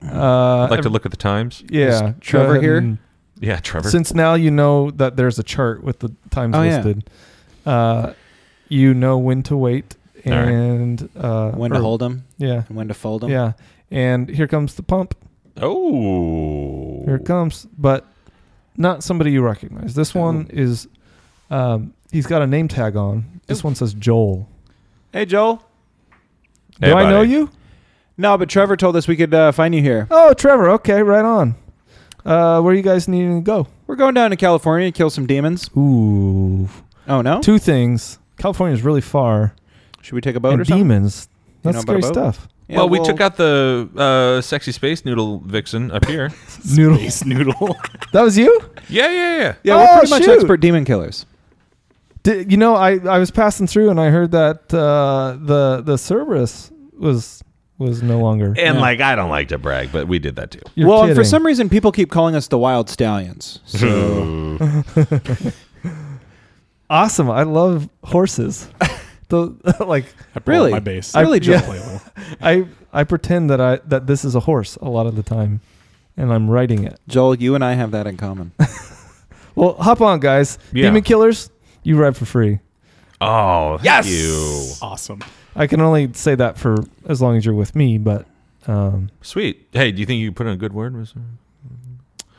S2: Uh,
S5: I'd like to look at the times.
S2: yeah,
S6: Is Trevor
S2: go ahead
S6: here?
S2: and-
S5: Yeah, Trevor.
S2: Since now you know that there's a chart with the times
S6: Oh, yeah.
S2: listed, uh, you know when to wait
S5: All right.
S2: and uh,
S6: when to
S2: or-
S6: hold him
S2: Yeah,
S6: and when to fold him.
S2: yeah. And here comes the pump.
S5: oh,
S2: Here it comes, but not somebody you recognize. This one is, um, he's got a name tag on. This one says Joel.
S6: Hey, Joel.
S5: Hey,
S2: Do I know
S5: buddy.
S2: you?
S6: No, but Trevor told us we could uh, find you here.
S2: Oh, Trevor. Okay, right on. Uh, where you guys needing to go?
S6: We're going down to California to kill some demons.
S2: Ooh,
S6: Oh no!
S2: Two things. California's really far.
S6: Should we take a boat
S2: and
S6: or something?
S2: demons.
S6: You
S2: That's
S6: know about
S2: scary
S6: a boat?
S2: stuff.
S6: Yeah,
S5: well, we took out the uh, sexy space noodle vixen up here.
S2: Noodle.
S4: Space noodle.
S2: That was you?
S5: yeah, yeah, yeah.
S6: Yeah,
S2: Oh,
S6: we're pretty much
S2: shoot.
S6: expert demon killers.
S2: Did, you know, I, I was passing through and I heard that uh, the the Cerberus was was no longer.
S5: And
S4: Yeah.
S5: like, I don't like to brag, but we did that too.
S2: You're
S6: well, and
S2: kidding.
S6: for some reason, people keep calling us the wild stallions. So
S2: awesome. I love horses. the like
S4: I pulled
S6: Really?
S4: my base.
S6: I really
S4: Yeah.
S6: don't.
S2: I I pretend that I that this is a horse a lot of the time, and I'm riding it.
S6: Joel, you and I have that in common.
S2: Well, hop on, guys.
S5: Yeah.
S2: Demon killers, you ride for free.
S5: Oh, thank you.
S4: Awesome.
S2: I can only say that for as long as you're with me, but um,
S5: Sweet. Hey, do you think you put in a good word? Mr.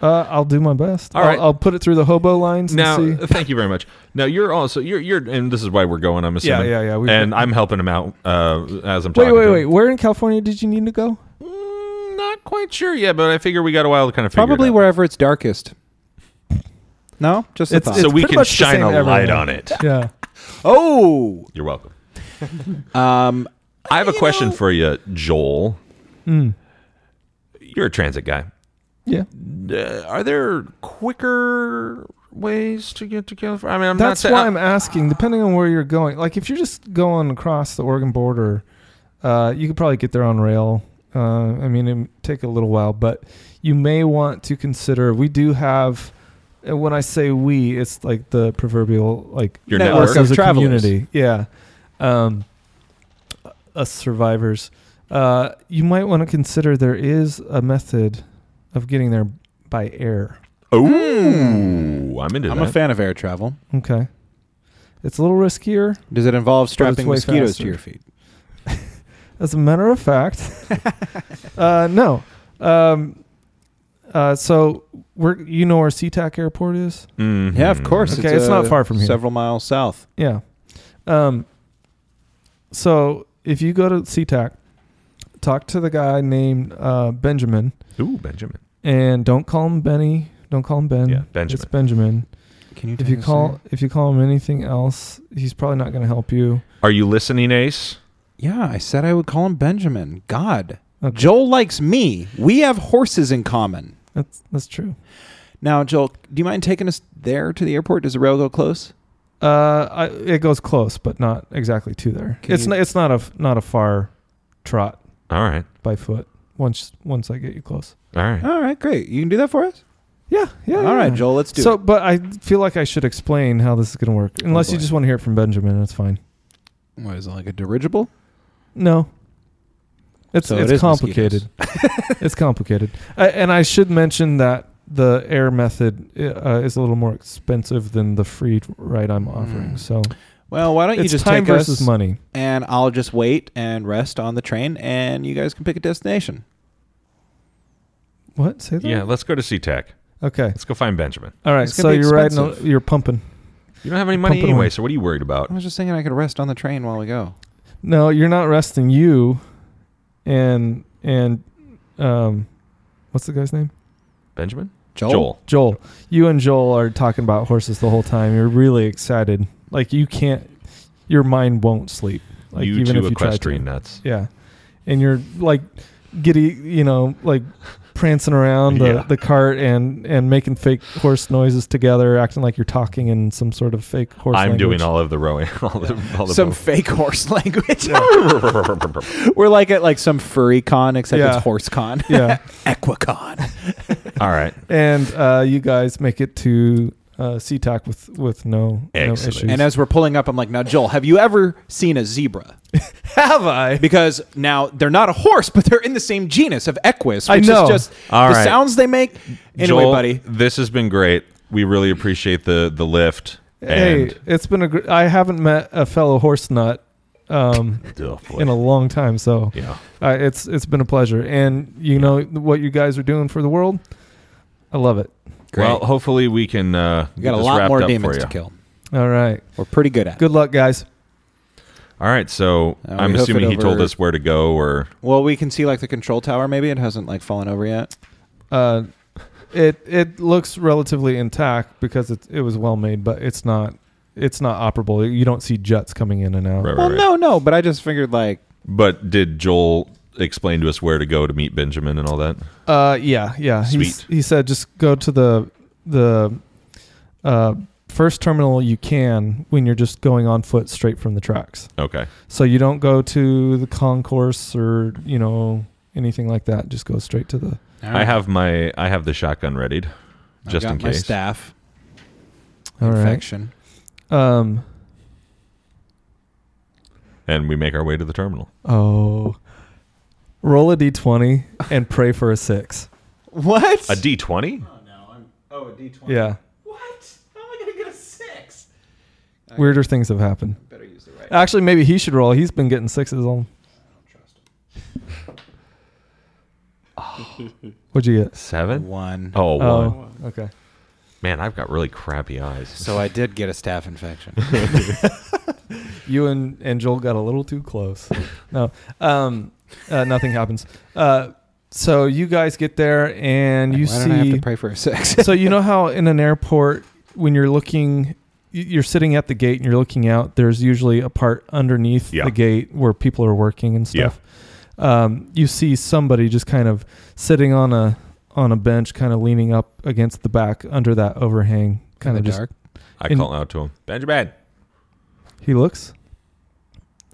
S2: uh, I'll do my best.
S5: All
S2: I'll,
S5: right.
S2: I'll put it through the hobo lines.
S5: Now, uh,
S2: and see.
S5: thank you very much. Now you're also you're you're, and this is why we're going. I'm
S2: yeah,
S5: assuming.
S2: yeah, yeah. we've-
S5: And I'm helping him out uh, as I'm
S2: wait,
S5: talking.
S2: wait,
S5: to
S2: wait.
S5: him.
S2: Where in California did you need to go?
S5: Mm, Not quite sure yet, but I figure we got a while to kind of figure it
S6: Probably
S5: out.
S6: wherever it's darkest. No, just a
S2: It's-
S6: thought.
S5: so we
S2: pretty
S5: can
S2: much the
S5: shine
S2: same
S5: a light
S2: everywhere.
S5: on it.
S2: Yeah.
S6: oh,
S5: You're welcome.
S6: um,
S5: I have a question for you, Joel.
S2: Hmm.
S5: You're a transit guy.
S2: Yeah.
S5: Uh, are there quicker ways to get to California? I mean, I'm
S2: That's
S5: not saying.
S2: why I'm asking. Depending on where you're going, like if you're just going across the Oregon border, uh, you could probably get there on rail. Uh, I mean, it take a little while, but you may want to consider. We do have, and when I say we, it's like the proverbial like
S5: Your
S6: Network
S5: network.
S2: us as
S6: of
S2: a
S6: travelers.
S2: community. Yeah, um, us survivors. Uh, you might want to consider there is a method of getting there by air. Hmm.
S5: Oh, I'm into
S6: I'm
S5: that.
S6: a fan of air travel.
S2: Okay, it's a little riskier.
S6: Does it involve strapping
S2: way
S6: mosquitoes
S2: faster.
S6: to your feet?
S2: As a matter of fact, uh, no. Um, uh, so we're you know where SeaTac Airport is?
S5: Mhm.
S6: Yeah, of course.
S2: Mm-hmm. Okay, it's not
S6: uh,
S2: far from here.
S6: Several miles south.
S2: Yeah. Um, so if you go to SeaTac, talk to the guy named uh, Benjamin,
S5: Ooh, Benjamin.
S2: and don't call him Benny. Don't call him Ben.
S5: Yeah, Benjamin.
S2: It's Benjamin.
S6: Can you?
S2: If you call if you call him anything else, he's probably not going to help you.
S5: Are you listening, Ace?
S6: Yeah, I said I would call him Benjamin. God,
S2: Okay.
S6: Joel likes me. We have horses in common.
S2: That's that's true.
S6: Now, Joel, do you mind taking us there to the airport? Does the rail go close?
S2: Uh, I, it goes close, but not exactly to there.
S6: Can
S2: it's
S6: you-
S2: not, it's not a f- not a far trot
S5: All right.
S2: by foot. Once once I get you close.
S5: All right.
S6: All right, great. You can do that for us.
S2: Yeah, yeah.
S6: All right, Joel, let's do
S2: so,
S6: it. Oh,
S2: but I feel like I should explain how this is going to work. Unless you
S6: boy.
S2: just want to hear it from Benjamin, that's fine.
S6: What is it like a dirigible?
S2: No. It's
S6: So it
S2: it's
S6: is
S2: complicated. it's complicated. I, and I should mention that the air method uh, is a little more expensive than the free ride I'm offering.
S6: Mm.
S2: So
S6: Well, why don't you
S2: it's
S6: just
S2: time
S6: take
S2: versus
S6: us
S2: money.
S6: and I'll just wait and rest on the train, and you guys can pick a destination.
S2: What? Say that.
S5: Yeah, let's go to SeaTac.
S2: Okay.
S5: Let's go find Benjamin.
S2: All right.
S6: It's
S2: So
S6: gonna be
S2: you're riding. a-
S6: expensive.
S2: You're pumping.
S5: You don't have any money
S2: Pump it
S5: anyway,
S2: away.
S5: so what are you worried about?
S6: I was just thinking I could rest on the train while we go.
S2: No, you're not resting you and and um what's the guy's name?
S5: Benjamin?
S6: Joel,
S2: Joel. You and Joel are talking about horses the whole time. You're really excited. Like you can't your mind won't sleep. Like
S5: you two
S2: try to.
S5: equestrian nuts.
S2: Yeah. And you're like giddy, you know, like prancing around the,
S5: Yeah.
S2: the cart and and making fake horse noises together, acting like you're talking in some sort of fake horse
S5: I'm doing
S2: language.
S5: all of the rowing. All the, all the
S6: some fake horse language. We're like at like some furry con, except
S2: Yeah.
S6: it's horse con,
S2: Yeah.
S6: equicon.
S5: all right.
S2: and uh, you guys make it to uh, SeaTac with with no, no
S5: Excellent.
S2: issues.
S6: And as we're pulling up, I'm like, now Joel, have you ever seen a zebra?
S2: have I?
S6: Because now they're not a horse, but they're in the same genus of equus. Which
S2: I know.
S6: Is just
S5: All
S6: the
S5: right.
S6: sounds they make. Anyway,
S5: Joel,
S6: buddy,
S5: This has been great. We really appreciate the the lift.
S2: Hey,
S5: and
S2: it's been a. Gr- I haven't met a fellow horse nut um,
S5: oh, boy.
S2: in a long time, so
S5: yeah.
S2: uh, it's it's been a pleasure. And you know what you guys are doing for the world, I love it.
S6: Great.
S5: Well, hopefully we can uh,
S6: we
S5: get
S6: got a
S5: this
S6: lot
S5: wrapped
S6: more
S5: up
S6: demons
S5: for
S6: to
S5: you.
S6: kill.
S2: All right,
S6: We're pretty good at. it.
S2: good luck, guys.
S5: All right, so
S6: Uh, we
S5: I'm
S6: hoof
S5: assuming
S6: it
S5: he told
S6: over-
S5: us where to go, or
S6: Well, we can see like the control tower. Maybe it hasn't like fallen over yet.
S2: Uh, it it looks relatively intact because it it was well made, but it's not it's not operable. You don't see jets coming in and out.
S5: Right, right,
S6: Well,
S5: right.
S6: no, no, but I just figured like
S5: But did Joel explain to us where to go to meet Benjamin and all that?
S2: Uh, yeah, yeah. He's,
S5: Sweet.
S2: he said just go to the the uh, first terminal you can when you're just going on foot straight from the tracks.
S5: Okay.
S2: So you don't go to the concourse or you know anything like that. Just go straight to the.
S5: I have my I have the shotgun readied,
S6: I've
S5: just
S6: got
S5: in
S6: my
S5: case.
S6: staff
S2: All right.
S6: infection.
S2: Um.
S5: and we make our way to the terminal.
S2: Oh. Roll a d20 and pray for a six.
S6: What?
S5: A D twenty?
S6: oh, a D twenty.
S2: Yeah.
S6: What? How am I gonna get a six?
S2: Weirder things have happened.
S6: Better use the right.
S2: Actually, maybe he should roll. He's been getting sixes on. What'd you get?
S5: Seven?
S6: One.
S5: Oh, one.
S2: Oh, okay.
S5: Man, I've got really crappy eyes.
S6: So I did get a staph infection.
S2: You and, and Joel got a little too close. No, um, uh, nothing happens. Uh, so you guys get there and you
S6: Why
S2: see.
S6: don't I have to pray for a six?
S2: so you know how in an airport when you're looking y- you're sitting at the gate and you're looking out there's usually a part underneath
S5: Yeah.
S2: the gate where people are working and
S5: Yeah.
S2: stuff um, you see somebody just kind of sitting on a on a bench kind of leaning up against the back under that overhang kind of just
S6: dark.
S5: I
S2: in-
S5: call out to him, Benjamin.
S2: he looks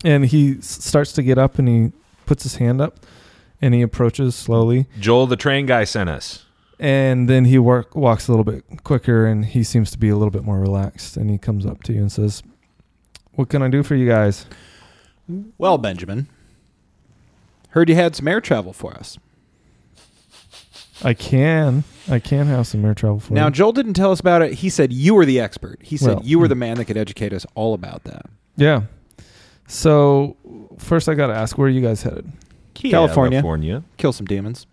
S2: and he s- starts to get up and he puts his hand up and he approaches slowly
S5: Joel, the train guy, sent us.
S2: and then he work, walks a little bit quicker and he seems to be a little bit more relaxed and he comes up to you and says what can i do for you guys
S6: Well, Benjamin, heard you had some air travel for us.
S2: i can i can have some air travel for
S6: Now,
S2: you
S6: Joel didn't tell us about it. He said you were the expert. He said
S2: Well,
S6: you were
S2: hmm.
S6: the man that could educate us all about that.
S2: yeah so first i gotta ask where are you guys headed
S6: California.
S5: California.
S6: Kill some demons.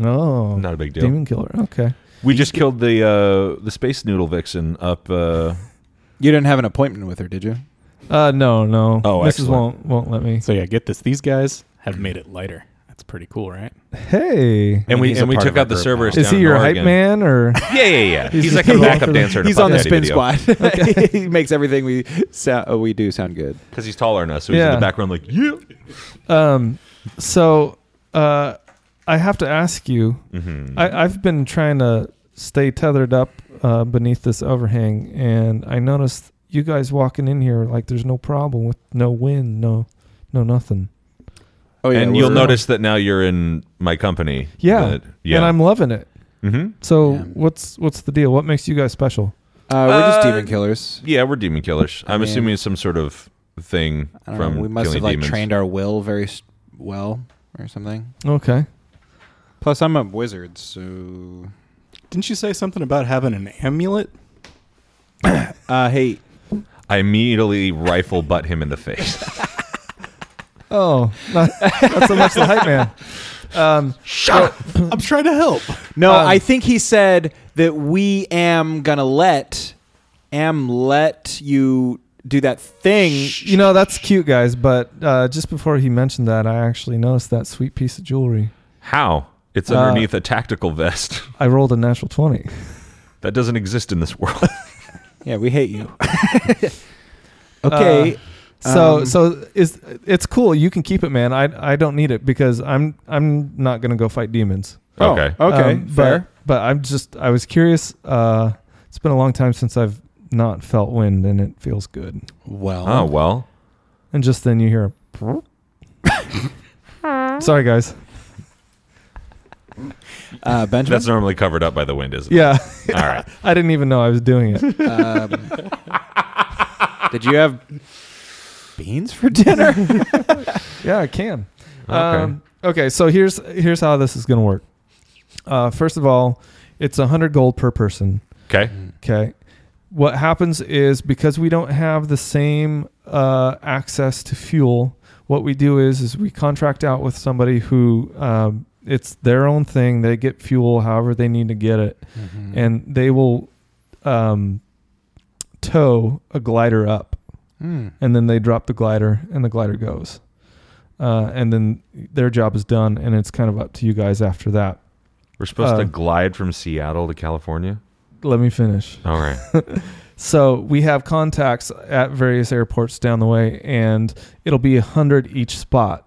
S2: oh
S5: Not a big deal.
S2: demon killer okay
S5: We just killed the uh, the space noodle vixen up. Uh,
S6: You didn't have an appointment with her, did you?
S2: uh no no
S5: Oh,
S2: mrs
S5: excellent.
S2: won't won't let me
S4: So yeah, get this. These guys have made it lighter. That's pretty cool, right?
S2: hey
S5: and we
S6: he's a
S5: and we
S6: part
S5: took
S6: of our
S5: out the
S6: group
S5: Cerberus.
S6: now.
S2: is
S5: down
S2: he
S5: in
S2: your
S5: Oregon.
S2: hype man or
S5: Yeah, yeah, yeah. He's,
S2: He's
S5: like
S2: just
S5: a
S2: along
S5: backup
S2: for the-
S5: dancer. In
S6: He's
S5: a
S6: on the
S5: Puff
S6: spin
S5: Daddy
S6: squad. he makes everything we sound, uh, we do sound good.
S5: because he's taller than us. So he's in
S2: Yeah.
S5: the background, like you.
S2: um so uh i have to ask you
S5: Mm-hmm.
S2: I, I've been trying to stay tethered up uh, beneath this overhang, and I noticed you guys walking in here like there's no problem with no wind, no, no nothing.
S6: Oh
S5: and you'll
S6: we're-
S5: notice that now you're in my company.
S2: Yeah,
S5: That- yeah.
S2: and I'm loving it.
S5: Mhm.
S2: So
S6: Yeah.
S2: what's what's the deal? What makes you guys special?
S6: Uh, we're
S5: Uh,
S6: just demon killers.
S5: Yeah, we're demon killers.
S6: I
S5: I'm
S6: mean-
S5: assuming it's some sort of thing
S6: I don't
S5: from
S6: know. We must
S5: killing
S6: have like
S5: demons.
S6: trained our will very s- well or something.
S2: Okay,
S6: Plus, I'm a wizard, so
S4: Didn't you say something about having an amulet?
S6: uh, hey,
S5: I immediately rifle butt him in the face.
S2: oh, not, not so much the hype man. Um,
S4: I'm trying to help.
S6: no,
S2: Um,
S6: I think he said that we am gonna let am let you do that thing.
S2: you know that's cute, guys. But uh, just before he mentioned that, I actually noticed that sweet piece of jewelry.
S5: How? It's
S2: Uh,
S5: underneath a tactical vest
S2: I rolled a natural twenty.
S5: that doesn't exist in this world.
S6: Yeah, we hate you. okay,
S2: So
S6: Um,
S2: so is it's cool. You can keep it, man. I I don't need it because I'm I'm not gonna go fight demons.
S6: Oh,
S5: okay.
S6: okay,
S2: Um, but,
S6: fair.
S2: But I'm just I was curious. Uh, it's been a long time since I've not felt wind, and it feels good.
S6: Well,
S5: Oh well.
S2: And just then you hear. a Sorry, guys.
S6: uh, Benjamin.
S5: That's normally covered up by the wind, isn't
S2: Yeah,
S5: it? All right.
S2: I didn't even know I was doing it.
S6: um, did you have beans for dinner?
S2: Yeah, I can.
S5: Okay.
S2: Um, okay, so here's here's how this is gonna work. Uh, first of all, it's a hundred gold per person.
S5: Okay.
S2: Okay. What happens is because we don't have the same uh, access to fuel, what we do is is we contract out with somebody who um, it's their own thing. They get fuel however they need to get it, and they will um, tow a glider up,
S6: Mm.
S2: and then they drop the glider, and the glider goes, uh, and then their job is done, and it's kind of up to you guys after that.
S5: We're supposed
S2: Uh,
S5: to glide from Seattle to California.
S2: let me finish.
S5: All right.
S2: So we have contacts at various airports down the way, and it'll be a hundred each spot.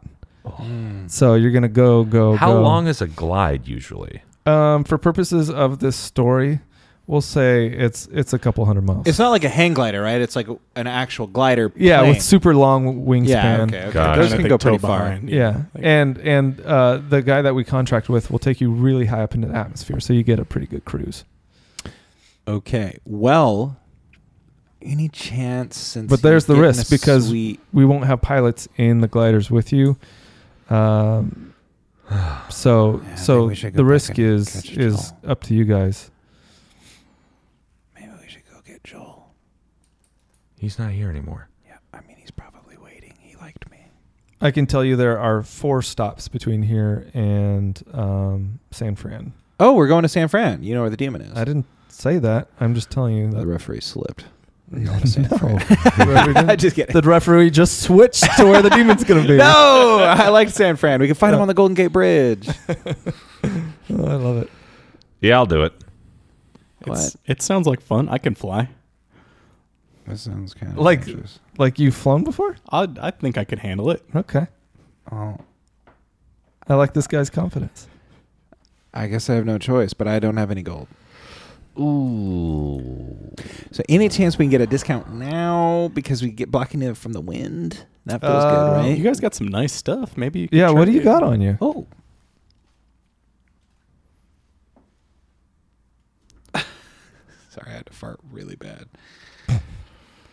S2: So you're gonna go, go,
S5: Hmm. How
S2: go.
S5: long is a glide usually?
S2: Um, for purposes of this story, we'll say it's it's a couple hundred miles.
S6: It's not like a hang glider, right? It's like an actual glider.
S2: yeah,
S6: plane.
S2: with super long wingspan.
S6: yeah. Okay, okay.
S5: Got it.
S6: Those can
S4: Kinda think
S6: go pretty
S4: toe
S6: far.
S4: behind,
S2: Yeah,
S4: Like,
S2: and and uh, the guy that we contract with will take you really high up into the atmosphere, so you get a pretty good cruise.
S6: Okay. Well, any chance since
S2: But there's
S6: you're
S2: the
S6: getting
S2: risk
S6: a
S2: because-
S6: sweet-
S2: We won't have pilots in the gliders with you, um, so
S6: Yeah, I think
S2: so
S6: we should go
S2: the
S6: back
S2: risk
S6: and
S2: is
S6: catch
S2: is
S6: Joel.
S2: up to you guys.
S6: maybe we should go get Joel.
S5: He's not here anymore.
S6: Yeah, I mean he's probably waiting. He liked me.
S2: I can tell you there are four stops between here and um, San Fran.
S6: Oh, we're going to San Fran. You know where the demon is.
S2: I didn't say that. I'm just telling you
S6: the
S2: that.
S6: referee slipped. We're going to San Fran.
S2: No.
S6: just kidding.
S2: the referee just switched to where the demon's going to be.
S6: No, I liked San Fran. We can find him
S2: Yeah.
S6: on the Golden Gate Bridge.
S2: Oh, I love it.
S5: Yeah, I'll do it.
S4: it's- It sounds like fun. I can fly.
S6: That sounds kind
S2: Like- Like you've flown before?
S4: I I think I could handle it.
S2: Okay.
S6: Oh,
S2: I like this guy's confidence.
S6: I guess I have no choice, but I don't have any gold.
S5: Ooh.
S6: So any chance we can get a discount now because we get blocking it from the wind? That feels
S2: Uh,
S6: good, right?
S4: You guys got some nice stuff. Maybe you could
S2: Yeah,
S4: try
S2: what do you
S4: to-
S2: got on you?
S6: oh. Sorry, I had to fart really bad.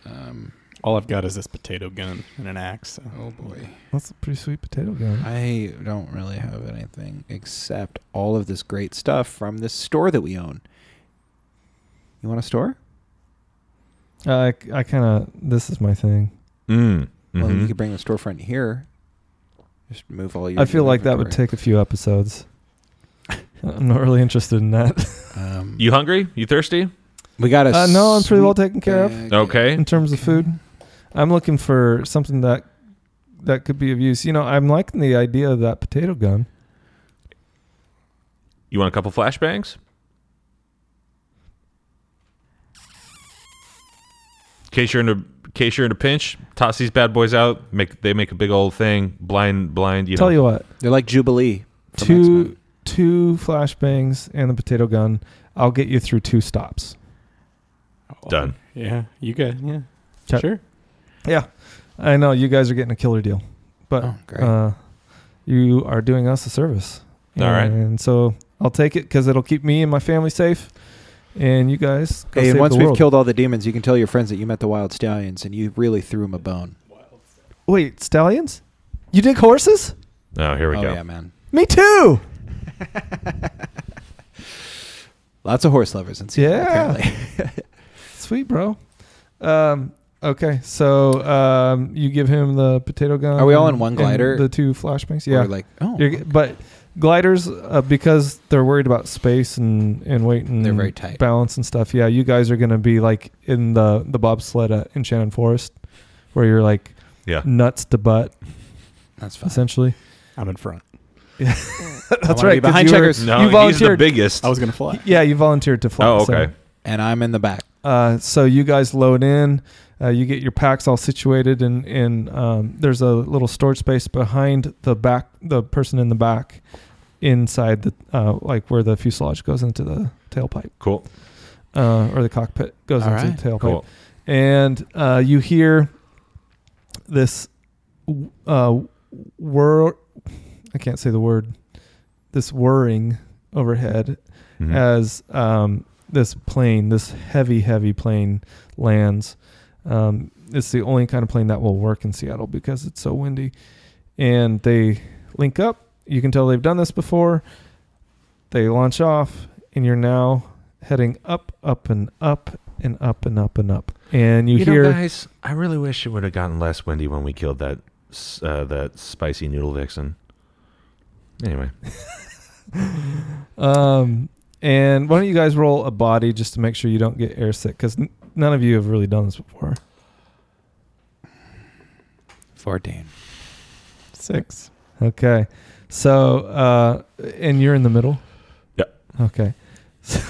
S6: Um,
S4: All I've got is this potato gun and an axe. so-
S6: oh boy.
S2: That's a pretty sweet potato gun.
S6: I don't really have anything except all of this great stuff from this store that we own. You want a store?
S2: Uh, I, I kind of, this is my thing.
S5: Mm. hmm
S6: Well, you could bring the storefront here. Just move all your.
S2: I feel like that would
S6: inventory.
S2: take a few episodes. I'm not really interested in that.
S6: Um,
S5: you hungry? You thirsty?
S6: we got a.
S2: Uh, no, I'm pretty well
S6: sweet
S2: taken care of.
S6: bag.
S5: Okay.
S2: in terms of food. I'm looking for something that that could be of use. You know, I'm liking the idea of that potato gun.
S5: You want a couple flashbangs? In case you're in a in case you're in a pinch, toss these bad boys out. Make they make a big old thing. Blind, blind. You
S2: Tell
S5: know.
S2: you what,
S6: They're like Jubilee. from
S2: two
S6: X-Men.
S2: two flashbangs and the potato gun. I'll get you through two stops.
S4: Oh,
S5: Done.
S4: Yeah, you got yeah.
S2: Sure.
S4: Sure.
S2: Yeah, I know you guys are getting a killer deal, but
S6: Oh, great.
S2: uh, you are doing us a service.
S5: All right.
S2: and so I'll take it because it'll keep me and my family safe, and you guys. Go
S6: Hey,
S2: save
S6: and
S2: the
S6: once we've
S2: world.
S6: killed all the demons, you can tell your friends that you met the wild stallions and you really threw them a bone.
S2: Wait, stallions? You dig horses?
S5: Oh, here we
S6: oh
S5: go.
S6: yeah, man.
S2: Me too.
S6: Lots of horse lovers in Seattle.
S2: Yeah.
S6: apparently.
S2: Sweet, bro. Um, okay, so um, you give him the potato gun.
S6: Are we all in one
S2: and
S6: glider?
S2: The two flashbangs.
S6: We're
S2: Yeah,
S6: like oh,
S2: You're- but gliders uh, because they're worried about space and and weight and
S6: They're very tight.
S2: balance and stuff. Yeah, you guys are gonna be like in the the bobsled at, in Shannon Forest, where you're like
S5: Yeah.
S2: nuts to butt
S6: that's fine.
S2: essentially.
S4: I'm in front.
S2: That's
S6: wanna be
S2: right. 'cause
S6: behind
S2: you were-
S6: checkers.
S5: No,
S2: You
S5: he's the
S2: volunteered.
S5: biggest.
S4: I was gonna fly.
S2: yeah, you volunteered to fly.
S5: oh,
S2: so-
S5: okay.
S6: And I'm in the back.
S2: Uh, so you guys load in, uh, you get your packs all situated, and and um, there's a little storage space behind the back, the person in the back, inside the uh, like where the fuselage goes into the tailpipe,
S5: Cool.
S2: uh, or the cockpit goes
S6: All
S2: into
S6: right,
S2: the tailpipe,
S5: Cool.
S2: and uh, you hear this w- uh, whir. I can't say the word. This whirring overhead,
S5: Mhm.
S2: as um, this plane, this heavy, heavy plane lands. Um, it's the only kind of plane that will work in Seattle because it's so windy. And they link up. You can tell they've done this before. They launch off, and you're now heading up, up, and up, and up, and up, and up. And you,
S5: You
S2: hear.
S5: know, guys, I really wish it would have gotten less windy when we killed that s- uh, that spicy noodle vixen. Anyway,
S2: Um, and why don't you guys roll a body just to make sure you don't get airsick? Because n- none of you have really done this before.
S6: 14.
S4: Six.
S2: Okay. So, uh, and you're in the middle?
S5: Yep.
S2: Okay.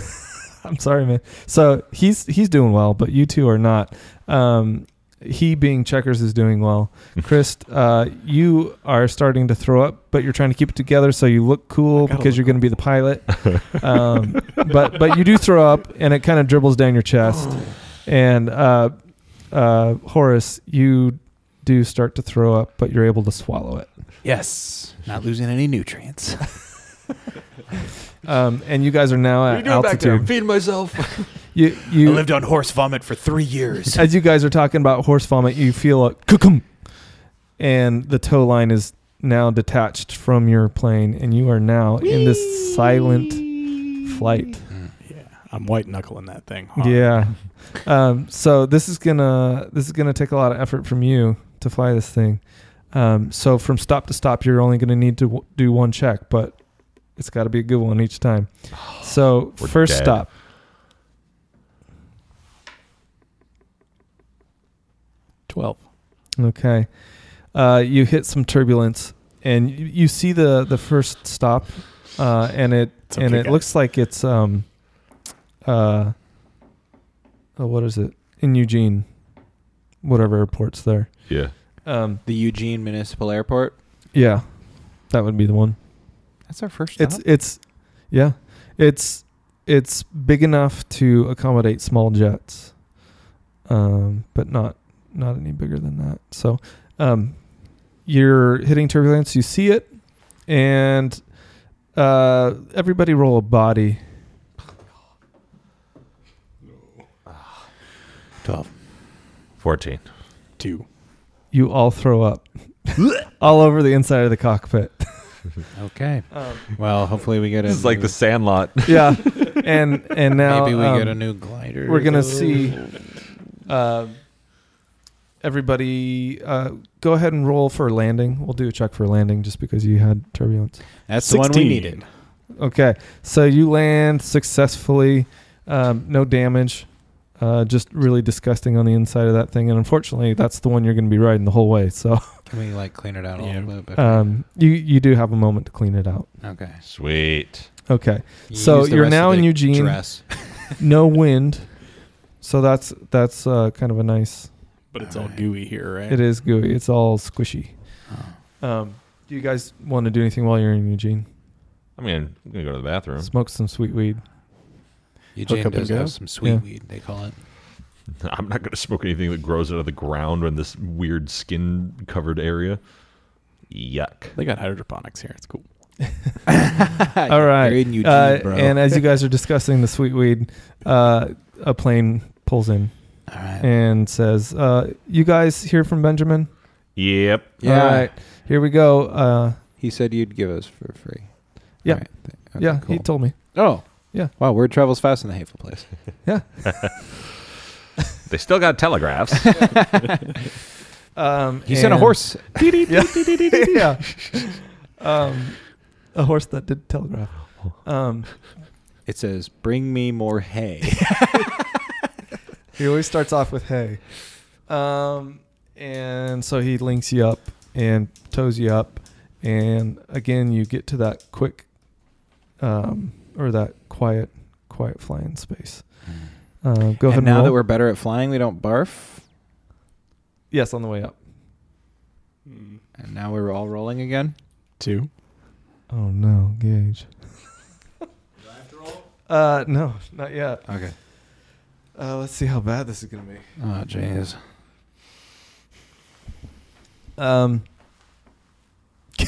S2: I'm sorry, man. So he's he's doing well, but you two are not. Um, he being checkers is doing well. Chris, uh, you are starting to throw up, but you're trying to keep it together so you look cool
S4: gotta
S2: because
S4: look
S2: you're going to be the pilot. um, but but you do throw up, and it kind of dribbles down your chest. And uh, uh, Horace, you do start to throw up, but you're able to swallow it.
S7: Yes, not losing any nutrients.
S2: Um, and you guys are now at altitude.
S7: feeding myself.
S2: You
S7: I
S2: you
S7: lived on horse vomit for three years.
S2: as you guys are talking about horse vomit, you feel a kukum, and the tow line is now detached from your plane, and you are now in this silent flight.
S4: Yeah, I'm white knuckling that thing. hard.
S2: Yeah. Um, so this is gonna this is gonna take a lot of effort from you to fly this thing. Um, so from stop to stop, you're only gonna need to w- do one check, but it's got to be a good one each time. So
S5: We're
S2: first
S5: dead.
S2: stop.
S4: twelve.
S2: Okay. Uh, you hit some turbulence, and you, you see the the first stop, uh, and it
S4: It's
S2: and
S4: okay,
S2: it
S4: guys.
S2: looks like it's um, uh, oh, what is it in Eugene, whatever airport's there.
S5: Yeah.
S2: Um,
S6: The Eugene Municipal Airport.
S2: yeah, that would be the one.
S6: That's our first
S2: It's it's, yeah, it's it's big enough to accommodate small jets, um, but not not any bigger than that. So, um, you're hitting turbulence. You see it, and uh, everybody roll a body.
S7: 12.
S5: 14.
S4: Two.
S2: You all throw up all over the inside of the cockpit.
S7: Okay.
S2: Um,
S7: Well, hopefully we get a
S5: This is like
S7: new-
S5: the Sandlot.
S2: yeah, and and now
S7: Maybe we
S2: um,
S7: get a new glider.
S2: we're gonna see uh, everybody uh, go ahead and roll for landing we'll do a check for landing just because you had turbulence
S7: That's the one we needed.
S2: okay so you land successfully um, no damage uh, just really disgusting on the inside of that thing and unfortunately that's the one you're going to be riding the whole way so
S7: Can we like clean it out a
S4: Yeah.
S7: little bit?
S2: um, you you do have a moment to clean it out
S7: okay.
S5: Sweet.
S2: okay
S7: You
S2: so
S7: use the
S2: you're
S7: rest
S2: now
S7: of
S2: in
S7: the
S2: Eugene.
S7: Dress.
S2: no wind so that's that's uh, kind of a nice
S4: But it's all,
S7: All right.
S4: gooey here, right?
S2: it is gooey it's all squishy
S7: Oh.
S2: um, do you guys want to do anything while you're in Eugene?
S5: I mean, I'm going to go to the bathroom.
S2: Smoke some sweet weed.
S7: Eugene
S4: up and
S7: does
S4: go?
S7: have some sweet
S2: Yeah.
S7: weed, they call it.
S5: I'm not going to smoke anything that grows out of the ground in this weird skin covered area. Yuck.
S4: They got hydroponics here. It's cool.
S2: All right.
S7: You're in Eugene,
S2: Uh,
S7: bro.
S2: And as you guys are discussing the sweet weed, uh, a plane pulls in
S7: All right.
S2: and says, uh, "You guys hear from Benjamin?
S5: Yep.
S6: Yeah.
S2: All right, here we go. Uh,
S6: He said you'd give us for free.
S2: Yeah.
S6: Right. Okay,
S2: yeah,
S6: cool.
S2: he told me.
S6: oh.
S2: Yeah.
S6: Wow, word travels fast in the hateful place.
S5: They still got telegraphs.
S2: Um,
S6: He sent a
S2: and-
S6: horse.
S2: yeah. yeah. Um, a horse that did telegraph. Um,
S6: It says, "Bring me more hay."
S2: He always starts off with hey. Um, and so he links you up and toes you up. And again, you get to that quick um, or that quiet, quiet flying space. Uh, go ahead
S6: and
S2: and
S6: now
S2: roll.
S6: that we're better at flying, we don't barf.
S2: yes, on the way up.
S6: And now we're all rolling again.
S4: Two.
S2: Oh, no, Gage. Uh, no, not yet.
S6: Okay.
S2: Uh, let's see how bad this is going to be.
S7: Oh, jeez.
S2: Um,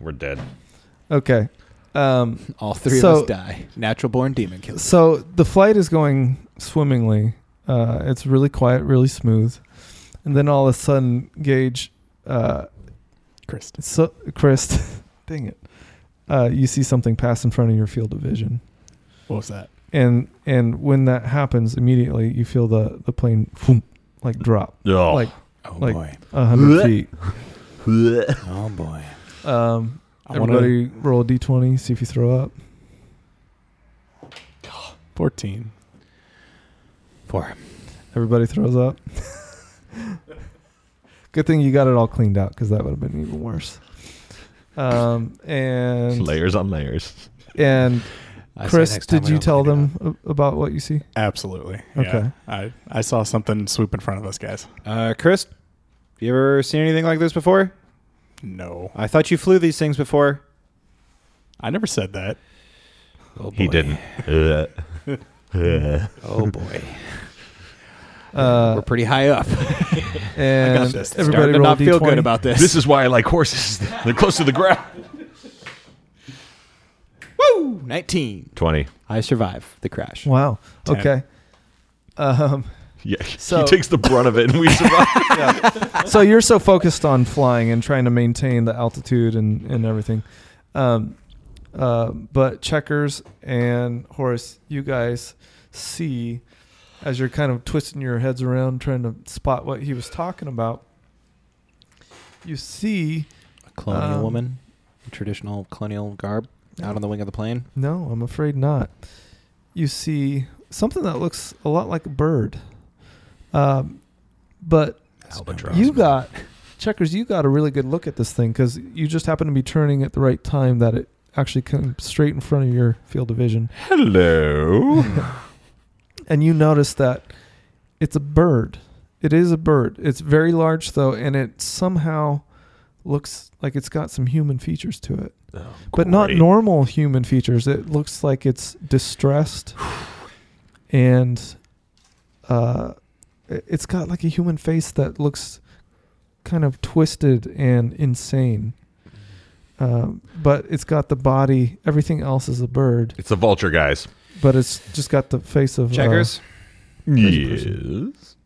S5: We're dead.
S2: okay. Um,
S6: All three
S2: So-
S6: of us die. Natural born demon killer.
S2: So the flight is going swimmingly. Uh, it's really quiet, really smooth, and then all of a sudden, Gage, uh,
S4: Chris.
S2: so, Chris, dang it, uh, you see something pass in front of your field of vision,
S4: What was that?
S2: and and when that happens, immediately you feel the the plane whoom, like drop
S5: Oh.
S2: Like-
S7: Oh
S2: like-
S7: boy.
S2: a hundred feet.
S7: Oh boy.
S2: Um,
S4: I wanna-
S2: everybody roll a d twenty, see if you throw up.
S4: Fourteen.
S7: Four.
S2: Everybody throws up. Good thing you got it all cleaned out because that would have been even worse. Um, and
S5: layers on layers.
S2: And
S7: I say
S2: Chris,
S7: next time
S2: did
S7: we
S2: you
S7: don't
S2: tell
S7: look it up.
S2: them a- about what you see?
S4: Absolutely.
S2: Okay.
S4: Yeah. I, I saw something swoop in front of us, guys.
S6: Uh, Chris, you ever seen anything like this before?
S4: No.
S6: I thought you flew these things before.
S4: I never said that.
S7: Oh,
S5: He
S7: boy.
S5: didn't. Ugh. Ugh.
S7: Oh boy.
S2: Uh,
S6: We're pretty high up.
S2: and
S4: got this.
S2: everybody
S6: Starting to
S2: roll
S6: not
S2: a
S6: feel
S2: D20.
S6: good about this.
S5: this is why I like horses. They're close to the ground.
S6: woo. Nineteen.
S5: Twenty.
S6: I survive the crash.
S2: Wow.
S4: Ten.
S2: Okay. Um,
S5: Yeah,
S2: So-
S5: he takes the brunt of it, and we survive.
S2: so you're so focused on flying and trying to maintain the altitude and, and everything. Um, uh, but Checkers and Horace, you guys see as you're kind of twisting your heads around trying to spot what he was talking about, you see.
S7: A colonial
S2: Um,
S7: woman, traditional colonial garb, out on the wing of the plane.
S2: No, I'm afraid not. You see something that looks a lot like a bird. Um, but
S5: Albatross.
S2: you got checkers you got a really good look at this thing because you just happened to be turning at the right time that it actually came straight in front of your field of vision
S5: Hello.
S2: and you notice that it's a bird it is a bird it's very large though and it somehow looks like it's got some human features to it but not
S5: Great.
S2: normal human features it looks like it's distressed and uh, i- it's got like a human face that looks kind of twisted and insane um, but it's got the body everything else is a bird
S5: It's a vulture, guys.
S2: but it's just got the face of uh,
S6: Checkers.
S5: Yes.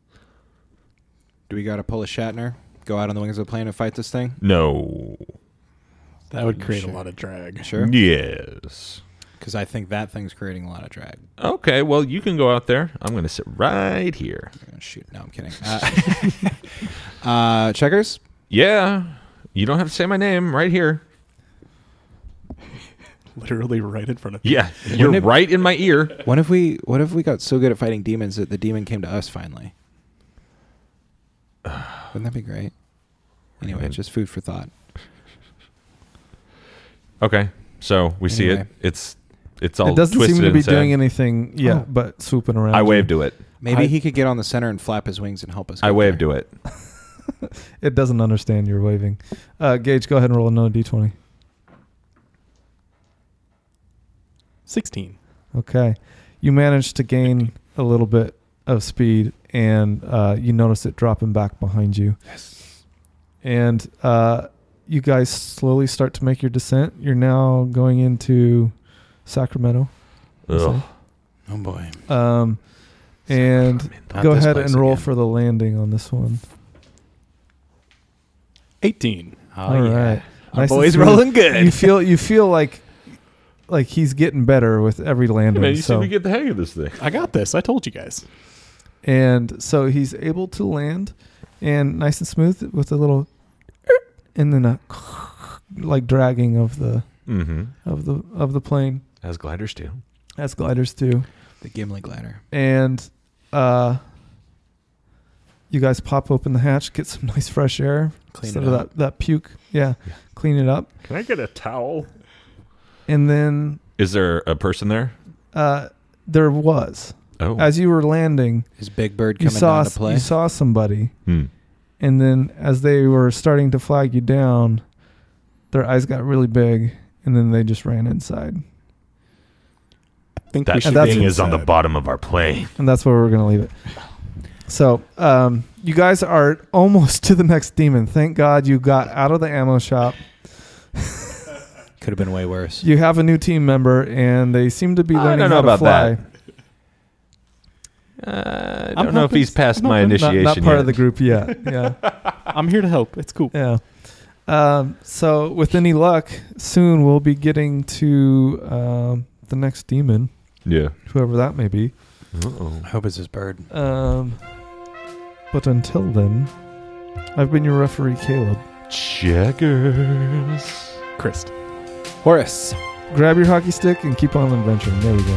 S6: Do we gotta pull a Shatner? Go out on the wings of the plane and fight this thing?
S5: No.
S4: That would create
S6: Sure.
S4: a lot of drag.
S6: Sure.
S5: Yes.
S6: Because I think that thing's creating a lot of drag.
S5: Okay. Well, you can go out there. I'm going to sit right here.
S6: Oh, shoot, no, I'm kidding. Uh, uh, checkers.
S5: Yeah. You don't have to say my name. Right here.
S4: Literally right in front of
S5: Yeah. You're
S6: Wouldn't it-
S5: right in my ear.
S6: What if we? What if we got so good at fighting demons that the demon came to us finally? Wouldn't that be great? Anyway,
S5: Raymond.
S6: just food for thought.
S5: Okay. So we see it.
S6: Anyway.
S5: It's it's all
S2: it doesn't
S5: twisted
S2: seem to be
S5: inside.
S2: doing anything yeah
S6: Oh.
S2: but swooping around
S5: I
S2: you.
S5: waved to it.
S6: Maybe
S2: I-
S6: he could get on the center and flap his wings and help us.
S5: I waved to it.
S2: it doesn't understand your waving uh, gage go ahead and roll another d20
S4: 16.
S2: Okay. You manage to gain a little bit of speed and uh, you notice it dropping back behind you. Yes. And uh, you guys slowly start to make your descent. You're now going into Sacramento. I'd
S5: Ugh.
S7: Oh boy.
S2: say. Um, and
S7: Not
S2: go
S7: this
S2: ahead
S7: place
S2: and roll
S7: again.
S2: for the landing on this one.
S4: 18.
S7: Oh,
S2: All right.
S7: yeah.
S2: Nice and
S6: Boys
S2: smooth.
S6: rolling good.
S2: You feel you feel like like he's getting better with every landing.
S5: Man, you
S2: so.
S5: see me get the hang of this thing.
S4: I got this. I told you guys.
S2: and so he's able to land and nice and smooth with a little erp and then a like dragging of the
S5: Mm-hmm.
S2: of the of the plane
S5: As gliders do.
S2: as gliders do
S6: the Gimli glider.
S2: and uh you guys pop open the hatch get some nice fresh air
S6: Clean
S2: instead
S6: it
S2: of
S6: up.
S2: that that puke yeah,
S5: Yeah.
S2: clean it up
S5: Can I get a towel?
S2: and then
S5: Is there a person there?
S2: uh there was
S5: Oh.
S2: as you were landing
S6: Is Big Bird
S2: you
S6: coming
S2: saw
S6: down to
S2: s-
S6: play?
S2: you saw somebody
S5: Hmm.
S2: And then as they were starting to flag you down, their eyes got really big and then they just ran inside.
S4: I think we
S5: That
S4: should
S2: that's-
S5: thing
S4: be
S5: is on the
S4: inside.
S5: bottom of our plane.
S2: And that's where we're going to leave it. So, um, you guys are almost to the next demon. Thank God you got out of the ammo shop.
S6: Could have been way worse.
S2: You have a new team member and they seem to be
S5: I
S2: learning
S5: don't know
S2: how to
S5: about
S2: fly.
S5: that. Uh, I
S4: I'm
S5: don't know if
S4: helping-
S5: he's passed
S4: I'm
S5: my
S4: helping.
S2: Not,
S5: initiation
S2: not part
S5: yet.
S2: of the group yet. Yeah.
S4: I'm here to help. It's cool.
S2: Yeah. Um, so, with any luck, soon we'll be getting to um, the next demon,
S5: yeah.
S2: whoever that may be.
S5: Uh-oh.
S7: I hope it's this bird.
S2: Um, but until then, I've been your referee, Caleb.
S5: Checkers.
S4: Chris.
S6: Horace.
S2: Grab your hockey stick and keep on adventuring. There we go.